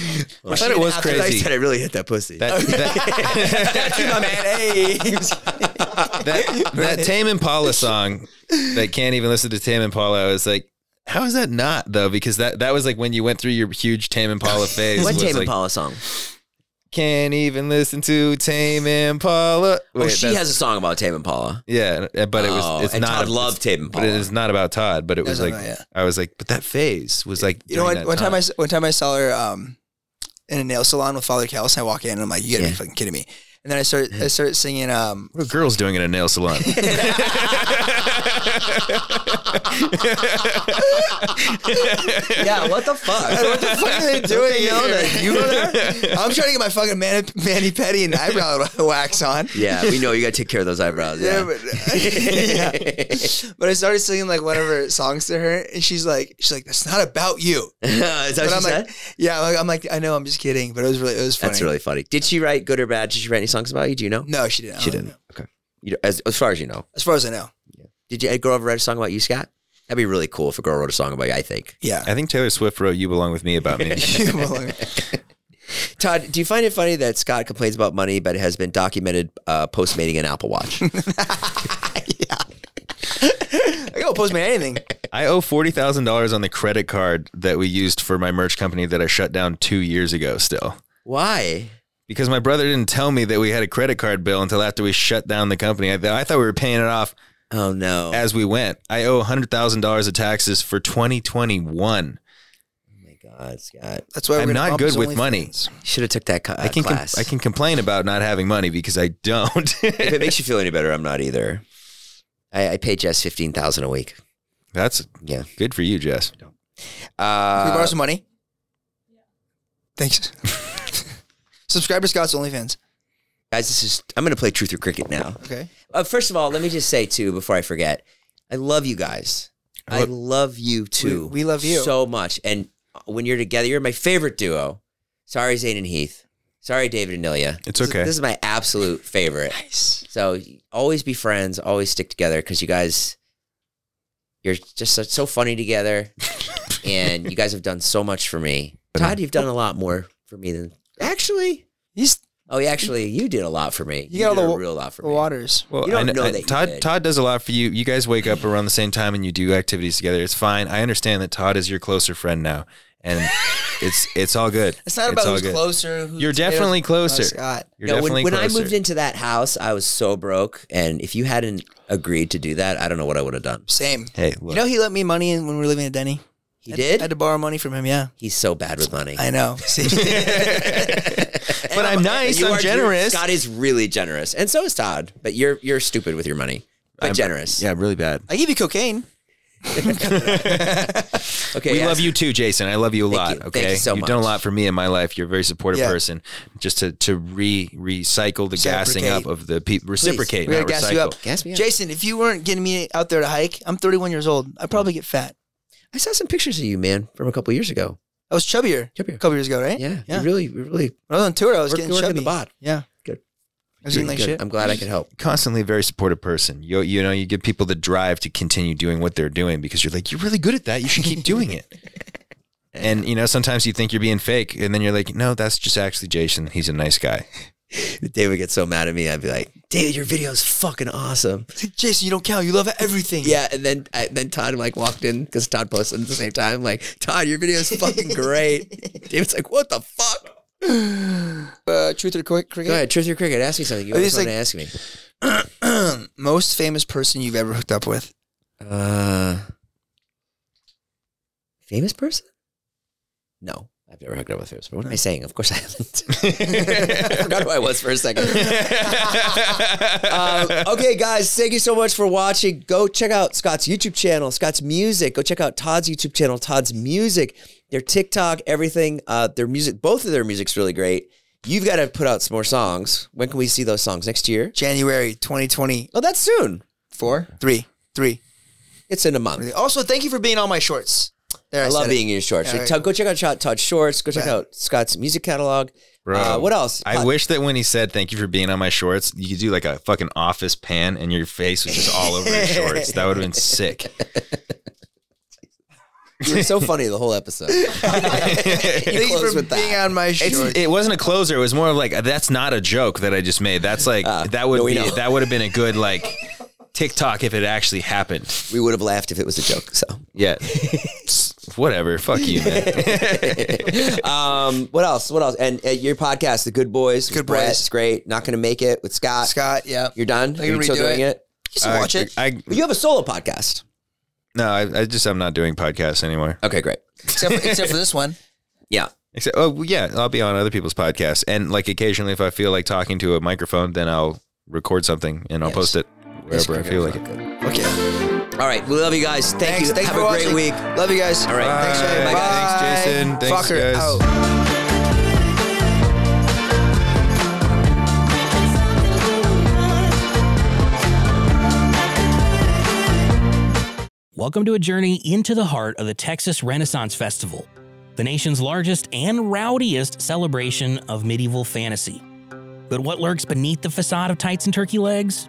Speaker 4: thought it was crazy.
Speaker 2: I really hit <laughs> that pussy.
Speaker 4: That, <laughs> that,
Speaker 3: That's my man. Hey.
Speaker 4: that, <laughs> that Tame Impala song that can't even listen to Tame Impala. I was like, how is that not though? Because that that was like when you went through your huge Tame
Speaker 2: <laughs>
Speaker 4: Impala phase.
Speaker 2: what
Speaker 4: was,
Speaker 2: Tame
Speaker 4: like,
Speaker 2: Impala song?
Speaker 4: Can't even listen to Tame Impala. Wait,
Speaker 2: oh, she
Speaker 4: that's-
Speaker 2: has a song about Tame
Speaker 4: <laughs>
Speaker 2: Impala.
Speaker 4: Yeah, uh, but it was.
Speaker 2: Oh,
Speaker 4: it's
Speaker 2: and
Speaker 4: not.
Speaker 2: Todd loved Tame
Speaker 4: But it
Speaker 2: Impala.
Speaker 4: is not about Todd. But it was
Speaker 3: No,
Speaker 4: like
Speaker 3: no, no, yeah.
Speaker 4: I was like, but that phase was like.
Speaker 3: You know, one,
Speaker 4: during that
Speaker 3: one time I s- one time I saw her um, in a nail salon with Father Callis. And I walk in and I'm like, you gotta
Speaker 2: Yeah.
Speaker 3: be fucking kidding me. And then I start I start singing. Um,
Speaker 4: What are girls doing in a
Speaker 3: <laughs>
Speaker 4: nail salon?
Speaker 2: yeah, what the
Speaker 3: what
Speaker 2: fuck?
Speaker 3: the fuck are they doing? You know that you were there? I'm trying to get my fucking mani- mani petty and eyebrow <laughs> wax on.
Speaker 2: <laughs> yeah, we know you gotta take care of those eyebrows.
Speaker 3: Yeah,
Speaker 2: <laughs> Yeah.
Speaker 3: but, <laughs> yeah. But I started singing like one of her songs to her, and she's like, she's like, that's not about you.
Speaker 2: is that
Speaker 3: But
Speaker 2: what
Speaker 3: I'm
Speaker 2: she said?
Speaker 3: like, yeah, I'm like, I'm like, I know, I'm just kidding, but it was really, it was funny.
Speaker 2: That's really funny. Did she write good or bad? Did she write any songs about you? Do you know?
Speaker 3: No, she didn't.
Speaker 2: she
Speaker 3: I don't
Speaker 2: didn't.
Speaker 3: know.
Speaker 2: Okay. You, as as far as you know,
Speaker 3: As far as I know,
Speaker 2: did you, a girl ever write a song about you, Scott? That'd be really cool if a girl wrote a song about you. I think.
Speaker 3: yeah.
Speaker 4: I think Taylor Swift wrote "You Belong with Me"
Speaker 2: <laughs>
Speaker 4: about me.
Speaker 3: <laughs> Well,
Speaker 2: Todd, do you find it funny that Scott complains about money, but has been documented uh, post mating an Apple Watch?
Speaker 3: I go post me anything.
Speaker 4: I owe forty thousand dollars on the credit card that we used for my merch company that I shut down two years ago. Still,
Speaker 2: Why?
Speaker 4: because my brother didn't tell me that we had a credit card bill until after we shut down the company. I, th- I thought we were paying it off
Speaker 2: Oh no!
Speaker 4: as we went. I owe hundred thousand dollars of taxes for twenty twenty one.
Speaker 2: God, Scott.
Speaker 3: That's why we're
Speaker 4: I'm
Speaker 3: gonna
Speaker 4: not
Speaker 3: bump
Speaker 4: good
Speaker 3: his
Speaker 4: with
Speaker 3: OnlyFans.
Speaker 4: money.
Speaker 2: You should have took that co-
Speaker 4: I can com-
Speaker 2: class.
Speaker 3: <laughs>
Speaker 4: I can complain about not having money because I don't.
Speaker 2: <laughs> if it makes you feel any better, I'm not either. I, I pay Jess fifteen thousand a week.
Speaker 4: That's
Speaker 2: Yeah.
Speaker 4: Good for you, Jess.
Speaker 3: Can we
Speaker 2: Uh,
Speaker 3: borrow some money?
Speaker 2: <laughs>
Speaker 3: Thanks. Subscribe to Scott's OnlyFans.
Speaker 2: guys, this is I'm going to play truth or cricket now.
Speaker 3: Okay.
Speaker 2: Uh, first of all, let me just say too before I forget, I love you guys. I
Speaker 4: Look-
Speaker 2: love you too.
Speaker 3: we love you.
Speaker 2: so much. And uh, when you're together, you're my favorite duo. Sorry, Zayn and Heath. Sorry, David and Ilya.
Speaker 4: It's
Speaker 2: This is-
Speaker 4: okay.
Speaker 2: This is my absolute favorite.
Speaker 3: Nice.
Speaker 2: So always be friends. Always stick together because you guys, you're just so, so funny
Speaker 3: <laughs>
Speaker 2: together, and you guys have done so much for me.
Speaker 3: uh,
Speaker 2: Todd, you've done a lot more for me than actually.
Speaker 3: He's
Speaker 2: Oh, yeah, actually, you did a lot for me.
Speaker 3: You got all
Speaker 2: did
Speaker 3: the
Speaker 2: a
Speaker 3: wa-
Speaker 2: real lot for
Speaker 3: the
Speaker 2: me.
Speaker 3: waters.
Speaker 4: Well,
Speaker 2: You don't
Speaker 4: I kn-
Speaker 2: know
Speaker 4: I-
Speaker 2: that you
Speaker 4: Todd
Speaker 2: did.
Speaker 4: Todd does a lot for you. You guys wake up around the same time and you do activities together. It's fine. I understand that Todd is your closer friend now, and
Speaker 2: <laughs>
Speaker 4: it's it's all good.
Speaker 3: It's not about
Speaker 4: all
Speaker 3: who's
Speaker 4: good.
Speaker 3: closer. Who's
Speaker 4: You're definitely closer.
Speaker 3: Scott.
Speaker 4: You're
Speaker 2: No, when,
Speaker 4: definitely
Speaker 2: when I
Speaker 4: closer.
Speaker 2: moved into that house, I was so broke, and if you hadn't agreed to do that, I don't know what I would have done.
Speaker 3: Same.
Speaker 4: hey, look.
Speaker 3: You know he lent me money when we were living at Denny.
Speaker 2: He
Speaker 3: I-
Speaker 2: did.
Speaker 3: I had to borrow money from him. Yeah.
Speaker 2: He's so bad with money.
Speaker 3: I
Speaker 2: <laughs>
Speaker 3: know. See?
Speaker 4: but I'm nice.
Speaker 2: You
Speaker 4: I'm
Speaker 2: are- you're-
Speaker 4: generous.
Speaker 2: Scott is really generous, and so is Todd. But you're you're stupid with your money, but
Speaker 4: I'm-
Speaker 2: generous.
Speaker 4: Yeah, really bad.
Speaker 3: <laughs> I give you cocaine.
Speaker 2: Okay,
Speaker 4: we
Speaker 2: yes.
Speaker 4: love you too, Jason. I love you a lot.
Speaker 2: you. Thank
Speaker 4: Okay,
Speaker 2: you so
Speaker 4: have done a
Speaker 2: much.
Speaker 4: lot for me in my life. You're a very supportive
Speaker 3: Yeah.
Speaker 4: person. Just to to re recycle the gassing
Speaker 3: Reciprocate.
Speaker 4: up of the people. Reciprocate.
Speaker 3: We gotta
Speaker 4: not
Speaker 3: gas
Speaker 4: recycle.
Speaker 3: you up.
Speaker 2: Gas me up.
Speaker 3: Jason, if you weren't getting me out there to hike, I'm 31 years old. I'd probably get fat.
Speaker 2: I saw some pictures of you, man, from a couple years ago.
Speaker 3: I was chubbier
Speaker 2: Come
Speaker 3: a
Speaker 2: here.
Speaker 3: couple years ago, right?
Speaker 2: Yeah,
Speaker 3: Yeah.
Speaker 2: You really, you really.
Speaker 3: When I was on tour, I was
Speaker 2: Work-
Speaker 3: getting
Speaker 2: work in
Speaker 3: chubby.
Speaker 2: the bod.
Speaker 3: Yeah.
Speaker 2: Good.
Speaker 3: I was eating like
Speaker 2: good.
Speaker 3: shit.
Speaker 2: I'm glad I could
Speaker 4: <laughs>
Speaker 2: help.
Speaker 4: constantly a very supportive person. You you know, you give people the drive to continue doing what they're doing because you're like, you're really good at that. You should keep doing
Speaker 2: <laughs>
Speaker 4: it. And you know, sometimes you think you're being fake, and then you're like, no, that's just actually Jason. He's a nice guy.
Speaker 2: David gets so mad at me. I'd be like, David, your video is fucking awesome.
Speaker 3: It's like, Jason, you don't count. You love everything.
Speaker 2: Yeah, and then I, then Todd like walked in because Todd posted at the same time. Like, Todd, your video is fucking
Speaker 3: <laughs>
Speaker 2: great. David's like, what the fuck?
Speaker 3: Uh, truth or quick
Speaker 2: Go
Speaker 3: cricket?
Speaker 2: ahead, truth or cricket. Ask me something. You
Speaker 3: I
Speaker 2: always
Speaker 3: just,
Speaker 2: want
Speaker 3: like-
Speaker 2: to ask me.
Speaker 3: <clears throat> Most famous person you've ever hooked up with?
Speaker 2: Uh, famous person? No, I've never hooked up with famous. But what am I saying? Of course I haven't. <laughs> I forgot who I was for a second. Uh, okay, guys, thank you so much for watching. Go check out Scott's YouTube channel, Scott's music. Go check out Todd's YouTube channel, Todd's music, their TikTok, everything. Uh, their music, both of their music's really great. You've got to put out some more songs. When can we see those songs next year?
Speaker 3: January 2024.
Speaker 2: Oh, that's soon.
Speaker 3: Three. Three.
Speaker 2: It's in a month.
Speaker 3: Also, thank you for being on my shorts. There, I,
Speaker 2: I love
Speaker 3: said it.
Speaker 2: being in your shorts.
Speaker 3: Yeah,
Speaker 2: Go check out Shot Todd Shorts. Go check
Speaker 3: Yeah.
Speaker 2: out Scott's music catalog.
Speaker 4: Bro,
Speaker 2: Uh, what else?
Speaker 4: I
Speaker 2: Pod-
Speaker 4: wish that when he said thank you for being on my shorts, you could do like a fucking office pan and your face was just all over your
Speaker 2: <laughs>
Speaker 4: shorts. That would have been sick.
Speaker 2: You were
Speaker 4: <laughs>
Speaker 2: so funny the whole episode.
Speaker 3: Thank you
Speaker 2: close
Speaker 3: for
Speaker 2: with that.
Speaker 3: being on my shorts.
Speaker 4: It's, it wasn't a closer. It was more of like that's not a joke that I just made. That's like that would
Speaker 2: no, we
Speaker 4: be
Speaker 2: know.
Speaker 4: that would have been a good like TikTok if it actually happened.
Speaker 2: we would have laughed if it was a joke. So,
Speaker 4: Yeah. Whatever. Fuck you, man.
Speaker 2: um, what else? What else? And uh, your podcast, The Good Boys. with
Speaker 3: Good
Speaker 2: Brett,
Speaker 3: Boys.
Speaker 2: It's great. Not going to make it with Scott.
Speaker 3: Scott, yeah.
Speaker 2: you're done.
Speaker 3: They're gonna
Speaker 2: Are you still
Speaker 3: redo
Speaker 2: doing
Speaker 3: it.
Speaker 2: it?
Speaker 3: You can watch it.
Speaker 4: I, I-
Speaker 2: But you have a solo podcast.
Speaker 4: no, I, I just I'm not doing podcasts anymore.
Speaker 2: Okay, great.
Speaker 3: except, for,
Speaker 2: <laughs>
Speaker 3: except for this one.
Speaker 2: Yeah.
Speaker 4: Except, oh well, yeah, I'll be on other people's podcasts, and like occasionally, if I feel like talking to a microphone, then I'll record something and I'll
Speaker 2: Yes.
Speaker 4: post it wherever I feel like it.
Speaker 3: Okay.
Speaker 2: All right. We love you guys. Thank
Speaker 3: Thanks.
Speaker 2: you.
Speaker 3: Thanks
Speaker 2: have
Speaker 3: for
Speaker 2: a great
Speaker 3: watching.
Speaker 2: week.
Speaker 3: Love you guys.
Speaker 2: All right.
Speaker 3: Thanks,
Speaker 4: Bye.
Speaker 3: everybody.
Speaker 4: Thanks,
Speaker 3: Bye.
Speaker 4: Jason. Thanks,
Speaker 3: Fucker
Speaker 4: guys.
Speaker 3: out.
Speaker 7: Welcome to a journey into the heart of the Texas Renaissance Festival, the nation's largest and rowdiest celebration of medieval fantasy. But what lurks beneath the facade of tights and turkey legs?